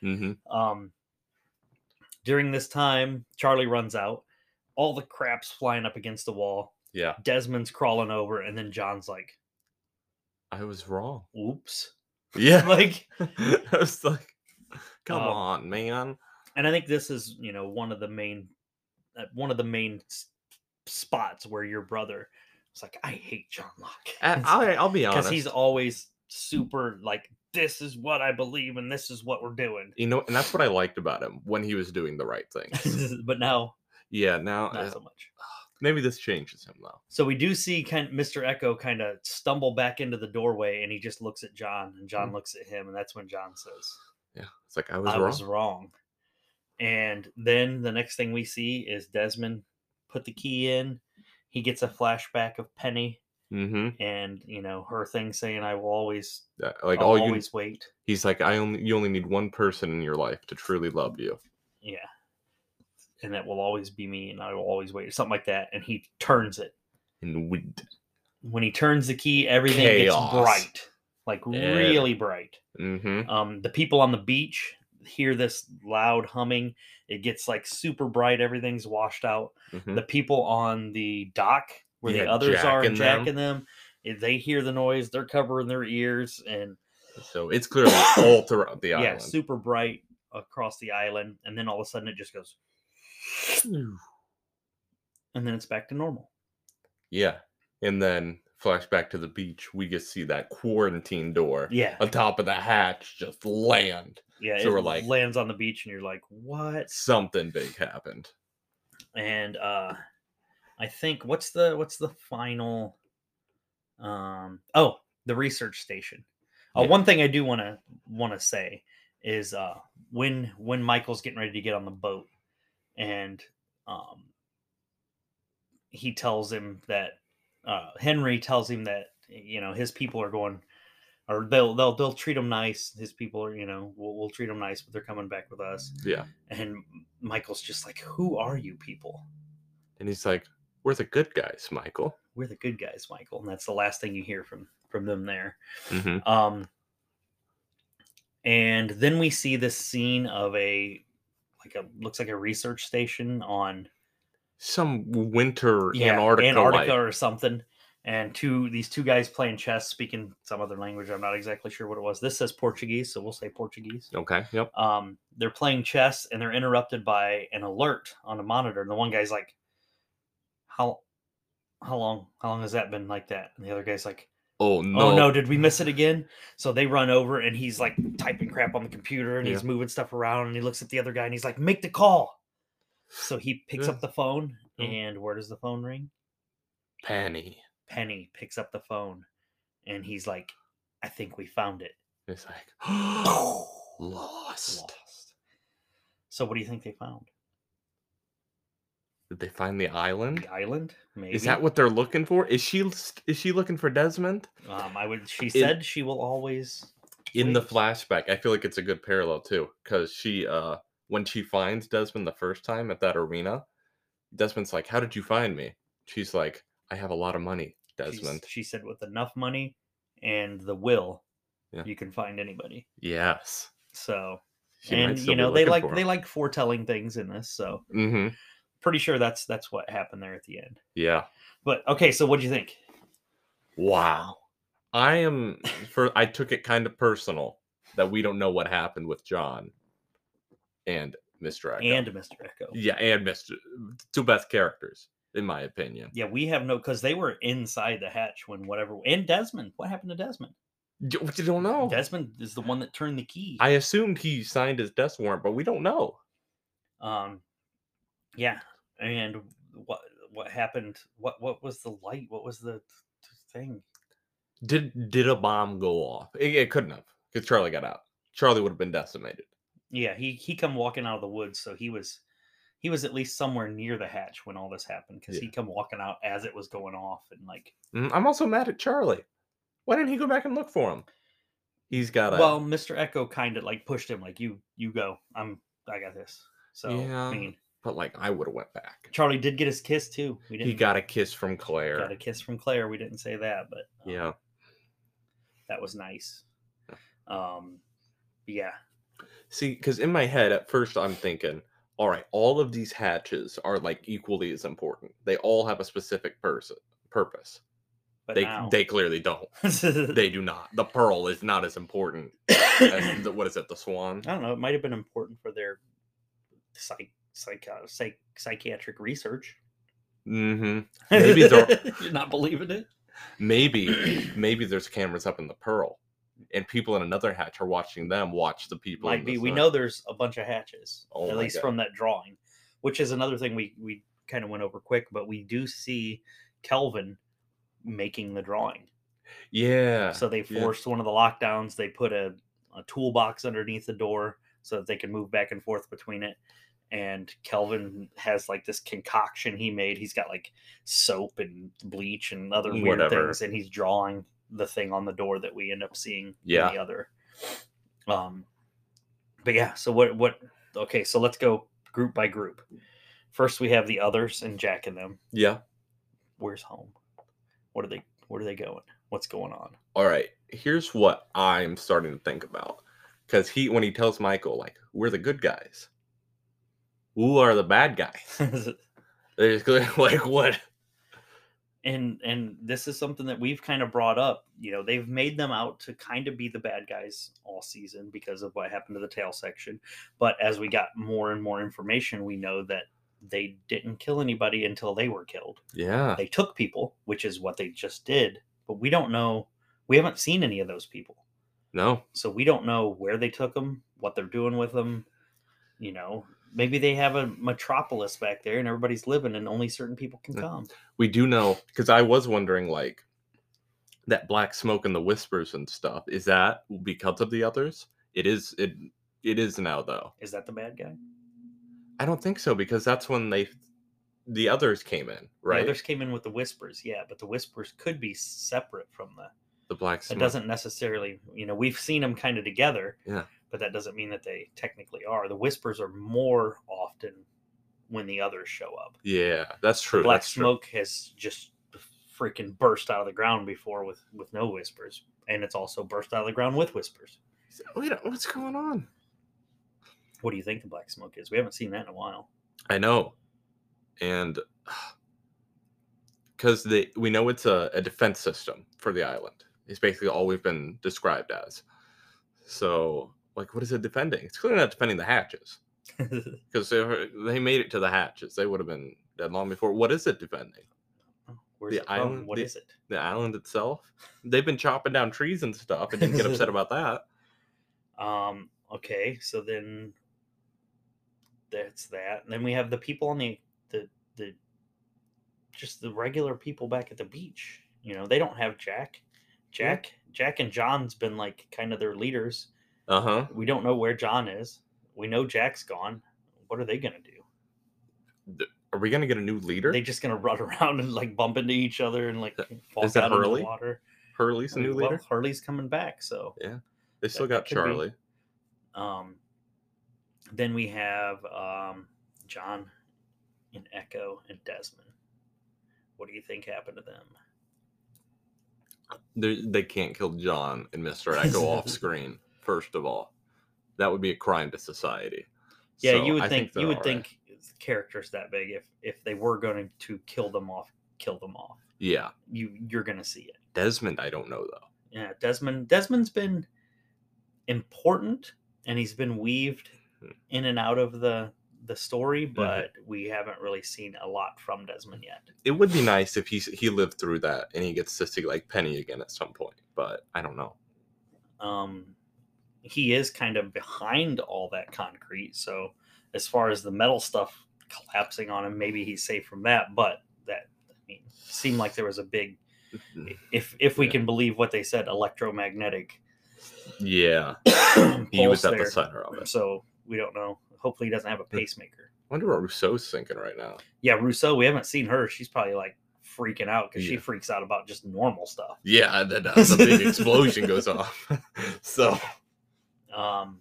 [SPEAKER 2] mm-hmm.
[SPEAKER 1] Um, during this time, Charlie runs out. All the crap's flying up against the wall.
[SPEAKER 2] Yeah.
[SPEAKER 1] Desmond's crawling over, and then John's like,
[SPEAKER 2] I was wrong.
[SPEAKER 1] oops.
[SPEAKER 2] Yeah.
[SPEAKER 1] Like,
[SPEAKER 2] I was like, come
[SPEAKER 1] Um,
[SPEAKER 2] on, man.
[SPEAKER 1] and I think this is you know one of the main uh, one of the main s- spots where your brother is like I hate John
[SPEAKER 2] I,
[SPEAKER 1] Locke
[SPEAKER 2] I, I'll be
[SPEAKER 1] because
[SPEAKER 2] honest.
[SPEAKER 1] he's always super like this is what I believe and this is what we're doing.
[SPEAKER 2] you know, and that's what I liked about him when he was doing the right things.
[SPEAKER 1] but now
[SPEAKER 2] yeah. Now uh,
[SPEAKER 1] not so much.
[SPEAKER 2] maybe this changes him though.
[SPEAKER 1] So we do see kind Mr. Echo kind of stumble back into the doorway and he just looks at John and John
[SPEAKER 2] Mhm.
[SPEAKER 1] looks at him and that's when John says
[SPEAKER 2] Yeah. It's like I was
[SPEAKER 1] I
[SPEAKER 2] wrong.
[SPEAKER 1] was wrong. And then the next thing we see is Desmond put the key in. He gets a flashback of Penny
[SPEAKER 2] Mm-hmm.
[SPEAKER 1] and you know her thing saying, "I will always,
[SPEAKER 2] Like
[SPEAKER 1] I'll
[SPEAKER 2] all you,
[SPEAKER 1] always wait."
[SPEAKER 2] he's like, I only, you only need one person in your life to truly love you.
[SPEAKER 1] Yeah, and that will always be me, and I will always wait, or something like that. And he turns it.
[SPEAKER 2] And we,
[SPEAKER 1] When he turns the key, everything
[SPEAKER 2] Chaos.
[SPEAKER 1] gets bright, like
[SPEAKER 2] Yeah.
[SPEAKER 1] really bright.
[SPEAKER 2] mm-hmm.
[SPEAKER 1] Um, the people on the beach hear this loud humming. It gets like super bright. Everything's washed out.
[SPEAKER 2] mm-hmm.
[SPEAKER 1] the people on the dock where the
[SPEAKER 2] Yeah,
[SPEAKER 1] others are
[SPEAKER 2] Jack
[SPEAKER 1] and
[SPEAKER 2] and
[SPEAKER 1] Jack
[SPEAKER 2] them.
[SPEAKER 1] and them, if they hear the noise, they're covering their ears and
[SPEAKER 2] So it's clearly all throughout the
[SPEAKER 1] yeah,
[SPEAKER 2] island.
[SPEAKER 1] super bright across the island. And then all of a sudden it just goes and then it's back to normal.
[SPEAKER 2] Yeah. And then flashback to the beach, we just see that quarantine door
[SPEAKER 1] Yeah.
[SPEAKER 2] on top of the hatch just land.
[SPEAKER 1] Yeah.
[SPEAKER 2] So
[SPEAKER 1] it
[SPEAKER 2] we're like-
[SPEAKER 1] lands on the beach and you're like, what?
[SPEAKER 2] Something big happened.
[SPEAKER 1] And uh I think what's the what's the final um oh the research station. Uh,
[SPEAKER 2] Yeah.
[SPEAKER 1] one thing I do want to want to say is uh, when when Michael's getting ready to get on the boat, and um, he tells him that uh, Henry tells him that you know his people are going, or they'll they'll they'll treat him nice. His people are you know we'll, we'll treat them nice, but they're coming back with us.
[SPEAKER 2] Yeah.
[SPEAKER 1] And Michael's just like, who are you people?
[SPEAKER 2] And he's like, We're the good guys, Michael.
[SPEAKER 1] We're the good guys, Michael. And that's the last thing you hear from from them there.
[SPEAKER 2] Mm-hmm.
[SPEAKER 1] Um, and then we see this scene of a like a looks like a research station on
[SPEAKER 2] Some winter
[SPEAKER 1] yeah,
[SPEAKER 2] Antarctica.
[SPEAKER 1] Antarctica
[SPEAKER 2] life.
[SPEAKER 1] or something. And two these two guys playing chess, speaking some other language. I'm not exactly sure what it was. This says Portuguese, so we'll say Portuguese.
[SPEAKER 2] Okay. Yep.
[SPEAKER 1] Um, they're playing chess and they're interrupted by an alert on a monitor. And the one guy's like, "How, how long? How long has that been like that?" And the other guy's like,
[SPEAKER 2] Oh no.
[SPEAKER 1] oh no did we miss it again so they run over and he's like typing crap on the computer and
[SPEAKER 2] Yeah.
[SPEAKER 1] he's moving stuff around and he looks at the other guy and he's like make the call so he picks
[SPEAKER 2] Yeah. Oh.
[SPEAKER 1] up the phone
[SPEAKER 2] Yeah.
[SPEAKER 1] and where does the phone ring
[SPEAKER 2] Penny.
[SPEAKER 1] penny picks up the phone and he's like i think we found it
[SPEAKER 2] It's like lost.
[SPEAKER 1] lost so what do you think they found
[SPEAKER 2] Did they find the island?
[SPEAKER 1] the island maybe
[SPEAKER 2] Hmm? Is that what they're looking for? Is she st- is she looking for Desmond?
[SPEAKER 1] um, i would she said she will always
[SPEAKER 2] In the
[SPEAKER 1] Wait.
[SPEAKER 2] flashback, I feel like it's a good parallel too, because she uh when she finds Desmond the first time at that arena, Desmond's like, How did you find me? She's like, I have a lot of money,
[SPEAKER 1] she's-
[SPEAKER 2] Desmond.
[SPEAKER 1] she said with enough money and the will
[SPEAKER 2] Yeah.
[SPEAKER 1] you can find anybody
[SPEAKER 2] Yes.
[SPEAKER 1] so
[SPEAKER 2] She might
[SPEAKER 1] and
[SPEAKER 2] still
[SPEAKER 1] you
[SPEAKER 2] be
[SPEAKER 1] know they
[SPEAKER 2] looking
[SPEAKER 1] like
[SPEAKER 2] for
[SPEAKER 1] they
[SPEAKER 2] him.
[SPEAKER 1] like foretelling things in this, so
[SPEAKER 2] Mhm.
[SPEAKER 1] pretty sure that's that's what happened there at the end.
[SPEAKER 2] Yeah.
[SPEAKER 1] But okay, so what do you think?
[SPEAKER 2] Wow. I am for I took it kind of personal that we don't know what happened with John and Mr. Echo.
[SPEAKER 1] And Mr. Echo.
[SPEAKER 2] yeah, and Mr. two best characters, in my opinion.
[SPEAKER 1] Yeah, we have no because they were inside the hatch when whatever and Desmond. What happened to Desmond?
[SPEAKER 2] D- We don't know.
[SPEAKER 1] Desmond is the one that turned the key.
[SPEAKER 2] I assumed he signed his death warrant, but we don't know.
[SPEAKER 1] um yeah. And what what happened? What what was the light? What was the thing?
[SPEAKER 2] Did did a bomb go off? It, it couldn't have, because Charlie got out. Charlie would have been decimated.
[SPEAKER 1] Yeah, he he come walking out of the woods, so he was he was at least somewhere near the hatch when all this happened because
[SPEAKER 2] Yeah.
[SPEAKER 1] he come walking out as it was going off and like
[SPEAKER 2] Mm, I'm also mad at Charlie. Why didn't he go back and look for him? He's got a
[SPEAKER 1] well, Mr. Echo kind of like pushed him like you you go I'm I got this. So
[SPEAKER 2] Yeah.
[SPEAKER 1] I mean
[SPEAKER 2] but like I would have went back.
[SPEAKER 1] Charlie did get his kiss too. We didn't
[SPEAKER 2] He got a kiss from Claire.
[SPEAKER 1] got a kiss from Claire. We didn't say that, but um,
[SPEAKER 2] Yeah.
[SPEAKER 1] that was nice. Um, yeah,
[SPEAKER 2] See, because in my head, at first, I'm thinking, all right, all of these hatches are like equally as important. They all have a specific person purpose.
[SPEAKER 1] but
[SPEAKER 2] they
[SPEAKER 1] now
[SPEAKER 2] they clearly don't. They do not. The pearl is not as important as the, what is it? The swan.
[SPEAKER 1] I don't know. It might have been important for their psych, psych, uh, psych psychiatric research.
[SPEAKER 2] Mm-hmm. Maybe they're-
[SPEAKER 1] you're not believing it.
[SPEAKER 2] Maybe maybe there's cameras up in the pearl, and people in another hatch are watching them watch the people. in
[SPEAKER 1] Might be.
[SPEAKER 2] this
[SPEAKER 1] We
[SPEAKER 2] one.
[SPEAKER 1] know there's a bunch of hatches,
[SPEAKER 2] Oh
[SPEAKER 1] at
[SPEAKER 2] my
[SPEAKER 1] least
[SPEAKER 2] God.
[SPEAKER 1] from that drawing, which is another thing we we kind of went over quick. But we do see Kelvin making the drawing.
[SPEAKER 2] Yeah.
[SPEAKER 1] so they
[SPEAKER 2] yeah.
[SPEAKER 1] forced one of the lockdowns. They put a, a toolbox underneath the door so that they can move back and forth between it. And Kelvin has like this concoction he made. He's got like soap and bleach and other weird
[SPEAKER 2] Whatever.
[SPEAKER 1] things, and he's drawing the thing on the door that we end up seeing. in
[SPEAKER 2] Yeah.
[SPEAKER 1] the other. Um, but yeah. So what? What? Okay. So let's go group by group. First, we have the others and Jack and them.
[SPEAKER 2] yeah.
[SPEAKER 1] Where's home? What are they? Where are they going? What's going on?
[SPEAKER 2] all right, here's what I'm starting to think about. Because he, when he tells Michael, like, we're the good guys, who are the bad guys? They're just going, like, what?
[SPEAKER 1] and and this is something that we've kind of brought up you know they've made them out to kind of be the bad guys all season because of what happened to the tail section but as we got more and more information we know that they didn't kill anybody until they were killed
[SPEAKER 2] Yeah.
[SPEAKER 1] they took people which is what they just did but we don't know we haven't seen any of those people
[SPEAKER 2] No.
[SPEAKER 1] so we don't know where they took them what they're doing with them you know maybe they have a metropolis back there and everybody's living and only certain people can
[SPEAKER 2] Yeah.
[SPEAKER 1] come
[SPEAKER 2] We do know, because I was wondering, like, that black smoke and the whispers and stuff, is that because of the others? It is, it, it is now, though.
[SPEAKER 1] is that the bad guy
[SPEAKER 2] I don't think so, because that's when they, the others came in, right?
[SPEAKER 1] The others came in with the whispers, yeah, but the whispers could be separate from the.
[SPEAKER 2] the black
[SPEAKER 1] It
[SPEAKER 2] smoke.
[SPEAKER 1] doesn't necessarily, you know, we've seen them kind of together.
[SPEAKER 2] Yeah.
[SPEAKER 1] But that doesn't mean that they technically are. The whispers are more often when the others show up.
[SPEAKER 2] Yeah, that's true.
[SPEAKER 1] Black
[SPEAKER 2] that's true.
[SPEAKER 1] smoke has just freaking burst out of the ground before with with no whispers, and it's also burst out of the ground with whispers.
[SPEAKER 2] He's like, Wait, what's going on?
[SPEAKER 1] What do you think the black smoke is? We haven't seen that in a while.
[SPEAKER 2] I know, and because they we know it's a, a defense system for the island. It's basically all we've been described as. So, like, what is it defending? It's clearly not defending the hatches because they, were- they made it to the hatches. They would have been dead long before. What is it defending?
[SPEAKER 1] Where's
[SPEAKER 2] The
[SPEAKER 1] it from?
[SPEAKER 2] island-
[SPEAKER 1] What
[SPEAKER 2] the-
[SPEAKER 1] is it?
[SPEAKER 2] The island itself? They've been chopping down trees and stuff and didn't get upset about that.
[SPEAKER 1] Um, okay, so then that's that. And then we have the people on the the the just the regular people back at the beach. You know, they don't have Jack.
[SPEAKER 2] Yeah.
[SPEAKER 1] Jack Jack and John's been like kind of their leaders.
[SPEAKER 2] Uh huh.
[SPEAKER 1] We don't know where John is. We know Jack's gone. What are they gonna do?
[SPEAKER 2] Are we gonna get a new leader?
[SPEAKER 1] Are they just gonna run around and like bump into each other and like fall
[SPEAKER 2] Uh, Is that
[SPEAKER 1] down in
[SPEAKER 2] Hurley?
[SPEAKER 1] the water?
[SPEAKER 2] Hurley's a new
[SPEAKER 1] well,
[SPEAKER 2] leader.
[SPEAKER 1] Hurley's coming back, so
[SPEAKER 2] They still
[SPEAKER 1] that
[SPEAKER 2] got
[SPEAKER 1] could be.
[SPEAKER 2] Charlie.
[SPEAKER 1] Um, then we have um, John and Echo and Desmond. What do you think happened to them?
[SPEAKER 2] They They can't kill John and Mister Echo off screen. First of all, that would be a crime to society.
[SPEAKER 1] Yeah,
[SPEAKER 2] So
[SPEAKER 1] you would
[SPEAKER 2] I
[SPEAKER 1] think,
[SPEAKER 2] they're
[SPEAKER 1] you would
[SPEAKER 2] all right.
[SPEAKER 1] think characters that big if if they were going to kill them off, kill them off.
[SPEAKER 2] Yeah,
[SPEAKER 1] You you're gonna see it.
[SPEAKER 2] Desmond. I don't know though.
[SPEAKER 1] Yeah, Desmond Desmond's been important and he's been weaved
[SPEAKER 2] Hmm. Mm-hmm.
[SPEAKER 1] in and out of the the story, but we haven't really seen a lot from Desmond yet.
[SPEAKER 2] It would be nice if he he lived through that and he gets to see like Penny again at some point. But I don't know.
[SPEAKER 1] um, he is kind of behind all that concrete. So as far as the metal stuff collapsing on him, maybe he's safe from that. But that I mean, seemed like there was a big if if we
[SPEAKER 2] Mm-hmm. Yeah.
[SPEAKER 1] can believe what they said, electromagnetic.
[SPEAKER 2] Yeah, he
[SPEAKER 1] pulse
[SPEAKER 2] was at
[SPEAKER 1] there.
[SPEAKER 2] the center of it.
[SPEAKER 1] So we don't know. Hopefully, he doesn't have a pacemaker.
[SPEAKER 2] wonder what Rousseau's thinking right now.
[SPEAKER 1] Yeah, Rousseau. We haven't seen her. She's probably like freaking out because she
[SPEAKER 2] Yeah.
[SPEAKER 1] freaks out about just normal stuff.
[SPEAKER 2] Yeah, and then uh, the big explosion goes off. so
[SPEAKER 1] Um,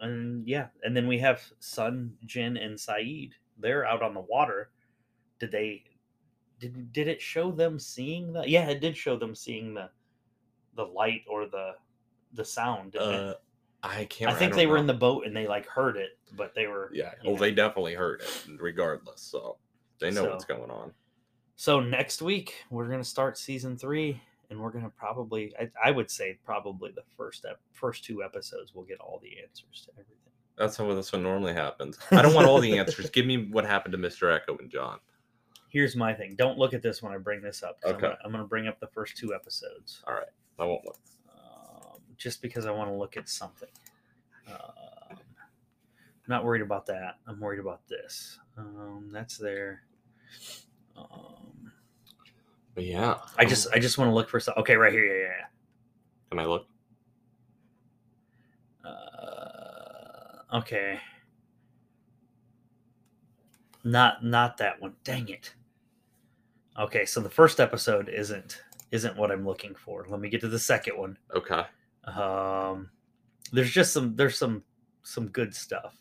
[SPEAKER 1] and yeah, and then we have Sun, Jin, and Saeed. They're out on the water. Did they? Did did it show them seeing the? Yeah, it did show them seeing the, the light or the, the sound. didn't it?
[SPEAKER 2] uh, I can't.
[SPEAKER 1] I think they were in the boat and they like heard it, but they were.
[SPEAKER 2] Yeah.
[SPEAKER 1] you
[SPEAKER 2] Well,
[SPEAKER 1] know.
[SPEAKER 2] they definitely heard it, regardless. So they know
[SPEAKER 1] So-
[SPEAKER 2] what's going on.
[SPEAKER 1] So next week we're gonna start season three, and we're gonna probably, I, I would say, probably the first ep- first two episodes we'll get all the answers to everything.
[SPEAKER 2] That's how this one normally happens. I don't want all the answers. Give me what happened to Mister Echo and John.
[SPEAKER 1] here's my thing. Don't look at this when I bring this up. 'cause I'm
[SPEAKER 2] Okay.
[SPEAKER 1] gonna- I'm going to bring up the first two episodes
[SPEAKER 2] I won't look.
[SPEAKER 1] um, just because I want to look at something. Um, not worried about that. I'm worried about this. Um, that's there. Um,
[SPEAKER 2] But yeah, um,
[SPEAKER 1] I just I just want to look for something. Okay, right here. Yeah, yeah.
[SPEAKER 2] can I look?
[SPEAKER 1] yeah. Uh, okay. Not not that one. Dang it. Okay, so the first episode isn't isn't what I'm looking for. Let me get to the second one.
[SPEAKER 2] Okay.
[SPEAKER 1] Um, there's just some there's some some good stuff.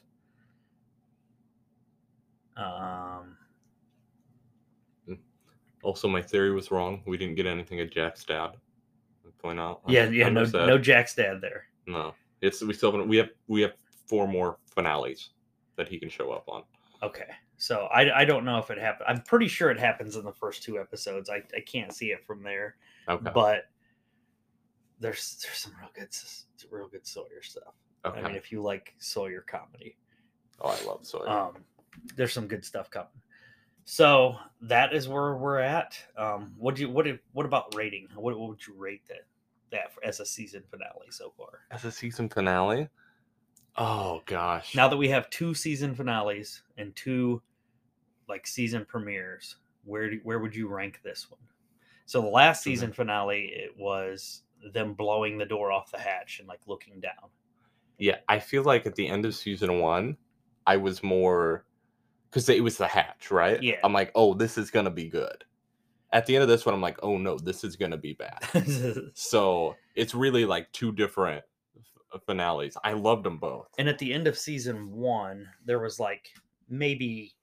[SPEAKER 1] Um,
[SPEAKER 2] Also, my theory was wrong. We didn't get anything at Jack's dad. Point out. I'm-
[SPEAKER 1] yeah, yeah,
[SPEAKER 2] I'm
[SPEAKER 1] no,
[SPEAKER 2] upset.
[SPEAKER 1] no Jack's dad there.
[SPEAKER 2] no. It's we still haven't- we have we have four more finales that he can show up on.
[SPEAKER 1] Okay, so I I don't know if it happened. I'm pretty sure it happens in the first two episodes. I I can't see it from there,
[SPEAKER 2] Okay.
[SPEAKER 1] but there's there's some real good s- real good Sawyer stuff.
[SPEAKER 2] okay.
[SPEAKER 1] I mean, if you like Sawyer comedy,
[SPEAKER 2] oh, I love Sawyer.
[SPEAKER 1] um, there's some good stuff coming. So that is where we're at. Um, what do you what do- what about rating? What, what would you rate that that for, as a season finale so far?
[SPEAKER 2] As a season finale. Oh gosh.
[SPEAKER 1] Now that we have two season finales and two like season premieres, where do, where would you rank this one? So the last
[SPEAKER 2] Mhm.
[SPEAKER 1] season finale it was them blowing the door off the hatch and like looking down.
[SPEAKER 2] Yeah, I feel like at the end of season one, I was more because it was the hatch, right?
[SPEAKER 1] Yeah.
[SPEAKER 2] I'm like, oh, this is gonna be good. At the end of this one, I'm like, oh no, this is gonna be bad. so it's really like two different f- finales. I loved them both.
[SPEAKER 1] and at the end of season one there was like maybe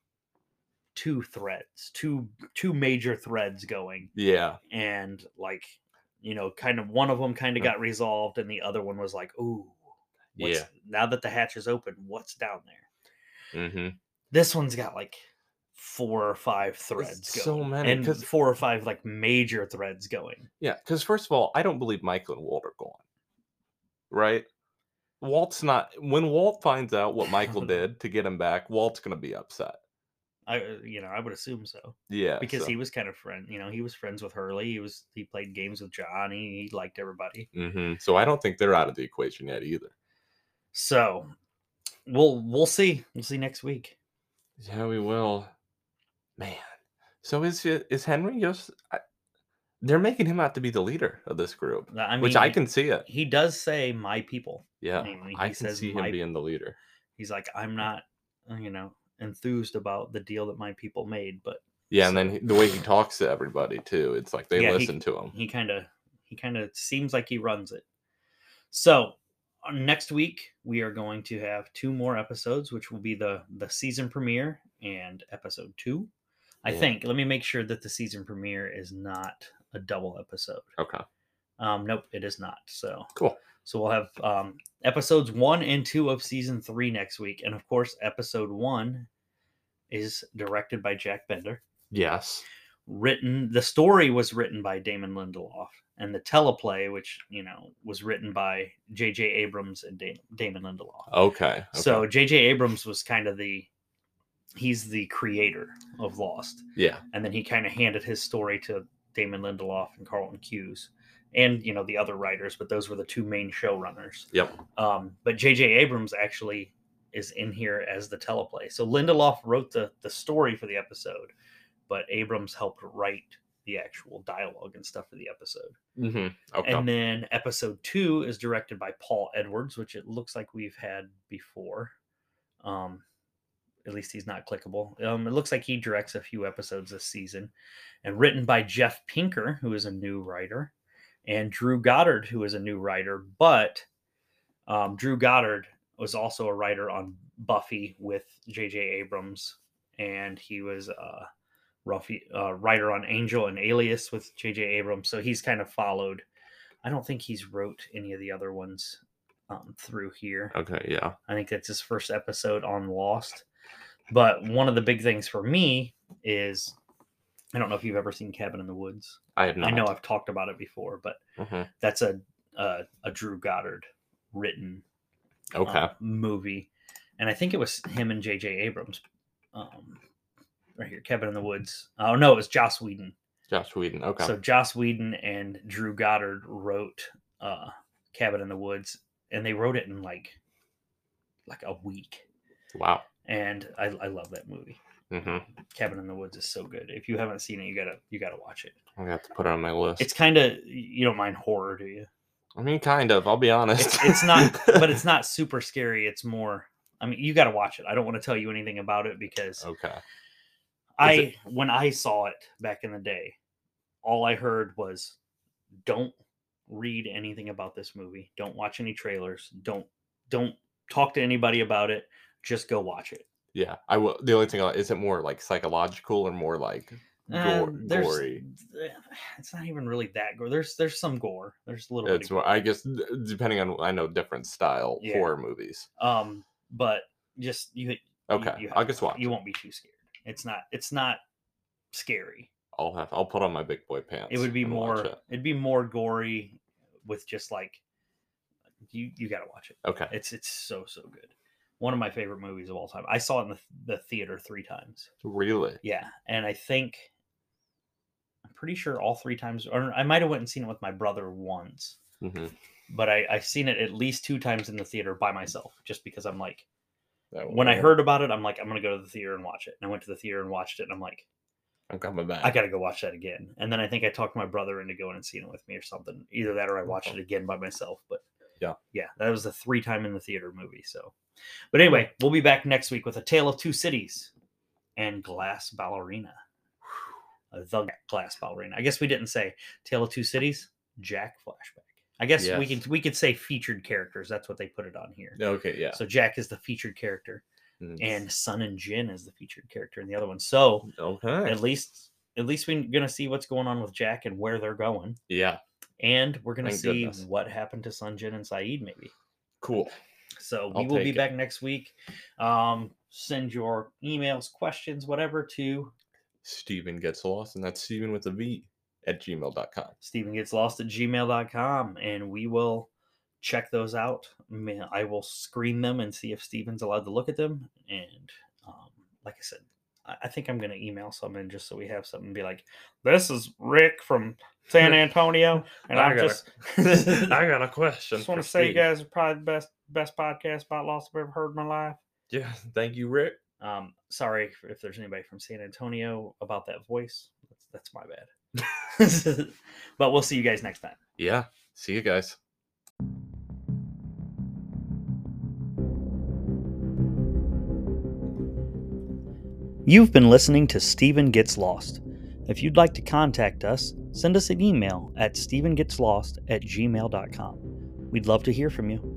[SPEAKER 1] two threads two two major threads going
[SPEAKER 2] yeah,
[SPEAKER 1] and like you know, kind of one of them kind of got resolved, and the other one was like, ooh, what's-
[SPEAKER 2] Yeah.
[SPEAKER 1] Now that the hatch is open, what's down there?
[SPEAKER 2] Mm-hmm.
[SPEAKER 1] This one's got like four or five threads going,
[SPEAKER 2] so many,
[SPEAKER 1] and
[SPEAKER 2] 'cause-
[SPEAKER 1] four or five like major threads going.
[SPEAKER 2] Yeah, because first of all, I don't believe Michael and Walt are gone. Right? Walt's not. When Walt finds out what Michael
[SPEAKER 1] No.
[SPEAKER 2] did to get him back, Walt's gonna be upset.
[SPEAKER 1] I, uh, you know, I would assume so
[SPEAKER 2] Yeah,
[SPEAKER 1] because he was kind of friend. You know, he was friends with Hurley. He was he played games with John. He, he liked everybody.
[SPEAKER 2] hmm So I don't think they're out of the equation yet either.
[SPEAKER 1] So we'll we'll see. We'll see next week.
[SPEAKER 2] Yeah, we will. Man, so is it- is Henry just? I, they're making him out to be the leader of this group,
[SPEAKER 1] Uh, I mean,
[SPEAKER 2] which I can see it.
[SPEAKER 1] He does say my people.
[SPEAKER 2] Yeah,
[SPEAKER 1] mean,
[SPEAKER 2] I
[SPEAKER 1] he
[SPEAKER 2] can
[SPEAKER 1] says
[SPEAKER 2] see him
[SPEAKER 1] my-
[SPEAKER 2] being the leader.
[SPEAKER 1] He's like, I'm not, uh, you know, enthused about the deal that my people made, but
[SPEAKER 2] Yeah, and then he, the way he talks to everybody too, it's like they
[SPEAKER 1] Yeah, he-
[SPEAKER 2] listen to him.
[SPEAKER 1] he kind of he kind of seems like he runs it. So uh, next week we are going to have two more episodes, which will be the the season premiere and episode two. I
[SPEAKER 2] Yeah.
[SPEAKER 1] think. Let me make sure that the season premiere is not a double episode.
[SPEAKER 2] Okay,
[SPEAKER 1] Um, nope, it is not. So
[SPEAKER 2] Cool.
[SPEAKER 1] So we'll have um, episodes one and two of season three next week, and of course, episode one is directed by Jack Bender.
[SPEAKER 2] yes,
[SPEAKER 1] Written, the story was written by Damon Lindelof, and the teleplay, which you know, was written by J.J. Abrams and Dam- Damon Lindelof.
[SPEAKER 2] okay, Oh, okay.
[SPEAKER 1] So J.J. Abrams was kind of the he's the creator of Lost
[SPEAKER 2] yeah,
[SPEAKER 1] and then he kind of handed his story to Damon Lindelof and Carlton Cuse, and you know the other writers, but those were the two main showrunners.
[SPEAKER 2] Yep.
[SPEAKER 1] Um, but J.J. Abrams actually is in here as the teleplay. So Lindelof wrote the the story for the episode, but Abrams helped write the actual dialogue and stuff for the episode.
[SPEAKER 2] hmm okay.
[SPEAKER 1] And then episode two is directed by Paul Edwards, which it looks like we've had before. Um, at least he's not clickable. Um, it looks like he directs a few episodes this season, and written by Jeff Pinker, who is a new writer, and Drew Goddard, who is a new writer. But um, Drew Goddard was also a writer on Buffy with J.J. Abrams, and he was a Ruffy, uh, writer on Angel and Alias with J.J. Abrams. So he's kind of followed. I don't think he's wrote any of the other ones um, through here.
[SPEAKER 2] Okay, yeah.
[SPEAKER 1] I think that's his first episode on Lost. But one of the big things for me is I don't know if you've ever seen Cabin in the Woods.
[SPEAKER 2] I have not.
[SPEAKER 1] I know I've talked about it before, but
[SPEAKER 2] Mhm.
[SPEAKER 1] that's a a, a Drew Goddard written um,
[SPEAKER 2] Okay.
[SPEAKER 1] movie, and I think it was him and J.J. Abrams. Um, right here, Cabin in the Woods. Oh no, it was Joss Whedon.
[SPEAKER 2] Josh Whedon. Okay.
[SPEAKER 1] So Joss Whedon and Drew Goddard wrote uh Cabin in the Woods and they wrote it in like like a week.
[SPEAKER 2] wow.
[SPEAKER 1] And I, I love that movie.
[SPEAKER 2] hmm
[SPEAKER 1] Cabin in the Woods is so good. If you haven't seen it, you gotta you gotta watch it.
[SPEAKER 2] I have to put it on my list.
[SPEAKER 1] It's kinda you don't mind horror, do you?
[SPEAKER 2] I mean, kind of. I'll be honest.
[SPEAKER 1] It's, it's not but it's not super scary. It's more I mean you gotta watch it. I don't want to tell you anything about it because
[SPEAKER 2] okay.
[SPEAKER 1] I
[SPEAKER 2] it-
[SPEAKER 1] when I saw it back in the day, all I heard was don't read anything about this movie. Don't watch any trailers. Don't don't talk to anybody about it. Just go watch it.
[SPEAKER 2] Yeah. I will. The only thing I- is it more like psychological or more like
[SPEAKER 1] Uh,
[SPEAKER 2] gore,
[SPEAKER 1] there's-
[SPEAKER 2] gory.
[SPEAKER 1] It's not even really that gore. There's there's some gore. There's a little bit
[SPEAKER 2] It's
[SPEAKER 1] of
[SPEAKER 2] more. I guess d- depending on I know different style
[SPEAKER 1] Yeah.
[SPEAKER 2] horror movies.
[SPEAKER 1] um but just you you-
[SPEAKER 2] Okay.
[SPEAKER 1] you
[SPEAKER 2] I
[SPEAKER 1] have
[SPEAKER 2] guess
[SPEAKER 1] to
[SPEAKER 2] watch.
[SPEAKER 1] you won't be too scared. It's not it's not scary.
[SPEAKER 2] I'll have. I'll put on my big boy pants.
[SPEAKER 1] it would be
[SPEAKER 2] and watch
[SPEAKER 1] more
[SPEAKER 2] it.
[SPEAKER 1] it'd be more gory with just like you you got to watch it
[SPEAKER 2] Okay.
[SPEAKER 1] it's it's so so good one of my favorite movies of all time i saw it in the, the theater three times
[SPEAKER 2] Really.
[SPEAKER 1] yeah and i think i'm pretty sure all three times or i might have went and seen it with my brother once
[SPEAKER 2] hmm
[SPEAKER 1] but i i've seen it at least two times in the theater by myself just because i'm like when i heard about it i'm like i'm gonna go to the theater and watch it and i went to the theater and watched it and i'm like
[SPEAKER 2] I'm coming back.
[SPEAKER 1] I gotta go watch that again. And then I think I talked my brother into going and seeing it with me or something. Either that or I watched it again by myself. But
[SPEAKER 2] Yeah.
[SPEAKER 1] yeah, that was the three time in the theater movie. So, but anyway, we'll be back next week with a Tale of Two Cities and Glass Ballerina. uh, The Glass Ballerina. I guess we didn't say Tale of Two Cities. Jack flashback. I guess we
[SPEAKER 2] Yes.
[SPEAKER 1] could we could say featured characters. That's what they put it on here.
[SPEAKER 2] Okay. Yeah.
[SPEAKER 1] So Jack is the featured character,
[SPEAKER 2] Mm.
[SPEAKER 1] and Sun and Jin is the featured character in the other one. So
[SPEAKER 2] Okay.
[SPEAKER 1] at least at least we're gonna see what's going on with Jack and where they're going.
[SPEAKER 2] Yeah.
[SPEAKER 1] and we're gonna
[SPEAKER 2] Thank
[SPEAKER 1] see
[SPEAKER 2] goodness.
[SPEAKER 1] what happened to Sunjin and Saeed maybe.
[SPEAKER 2] Cool.
[SPEAKER 1] So we
[SPEAKER 2] I'll
[SPEAKER 1] will be
[SPEAKER 2] take it.
[SPEAKER 1] back next week. Um, send your emails, questions, whatever to
[SPEAKER 2] Steven gets lost, and that's Steven with a V at gmail.com.
[SPEAKER 1] Stephen gets lost at gmail.com and we will check those out. Ma- I will screen them and see if Steven's allowed to look at them. And um, like I said, I I think I'm going to email someone just so we have something and be like, this is Rick from San Antonio. And
[SPEAKER 2] I
[SPEAKER 1] I'm
[SPEAKER 2] gotta-
[SPEAKER 1] just,
[SPEAKER 2] I got a question.
[SPEAKER 1] just want to
[SPEAKER 2] for
[SPEAKER 1] say you
[SPEAKER 2] Steve.
[SPEAKER 1] guys are probably the best, best podcast about loss I've ever heard in my life.
[SPEAKER 2] Yeah, thank you, Rick.
[SPEAKER 1] Um, sorry if- if there's anybody from San Antonio about that voice. That's, that's my bad. but we'll see you guys next time.
[SPEAKER 2] Yeah, see you guys.
[SPEAKER 1] You've been listening to Steven Gets Lost. If you'd like to contact us, send us an email at stephengetslostat at gmail.com. We'd love to hear from you.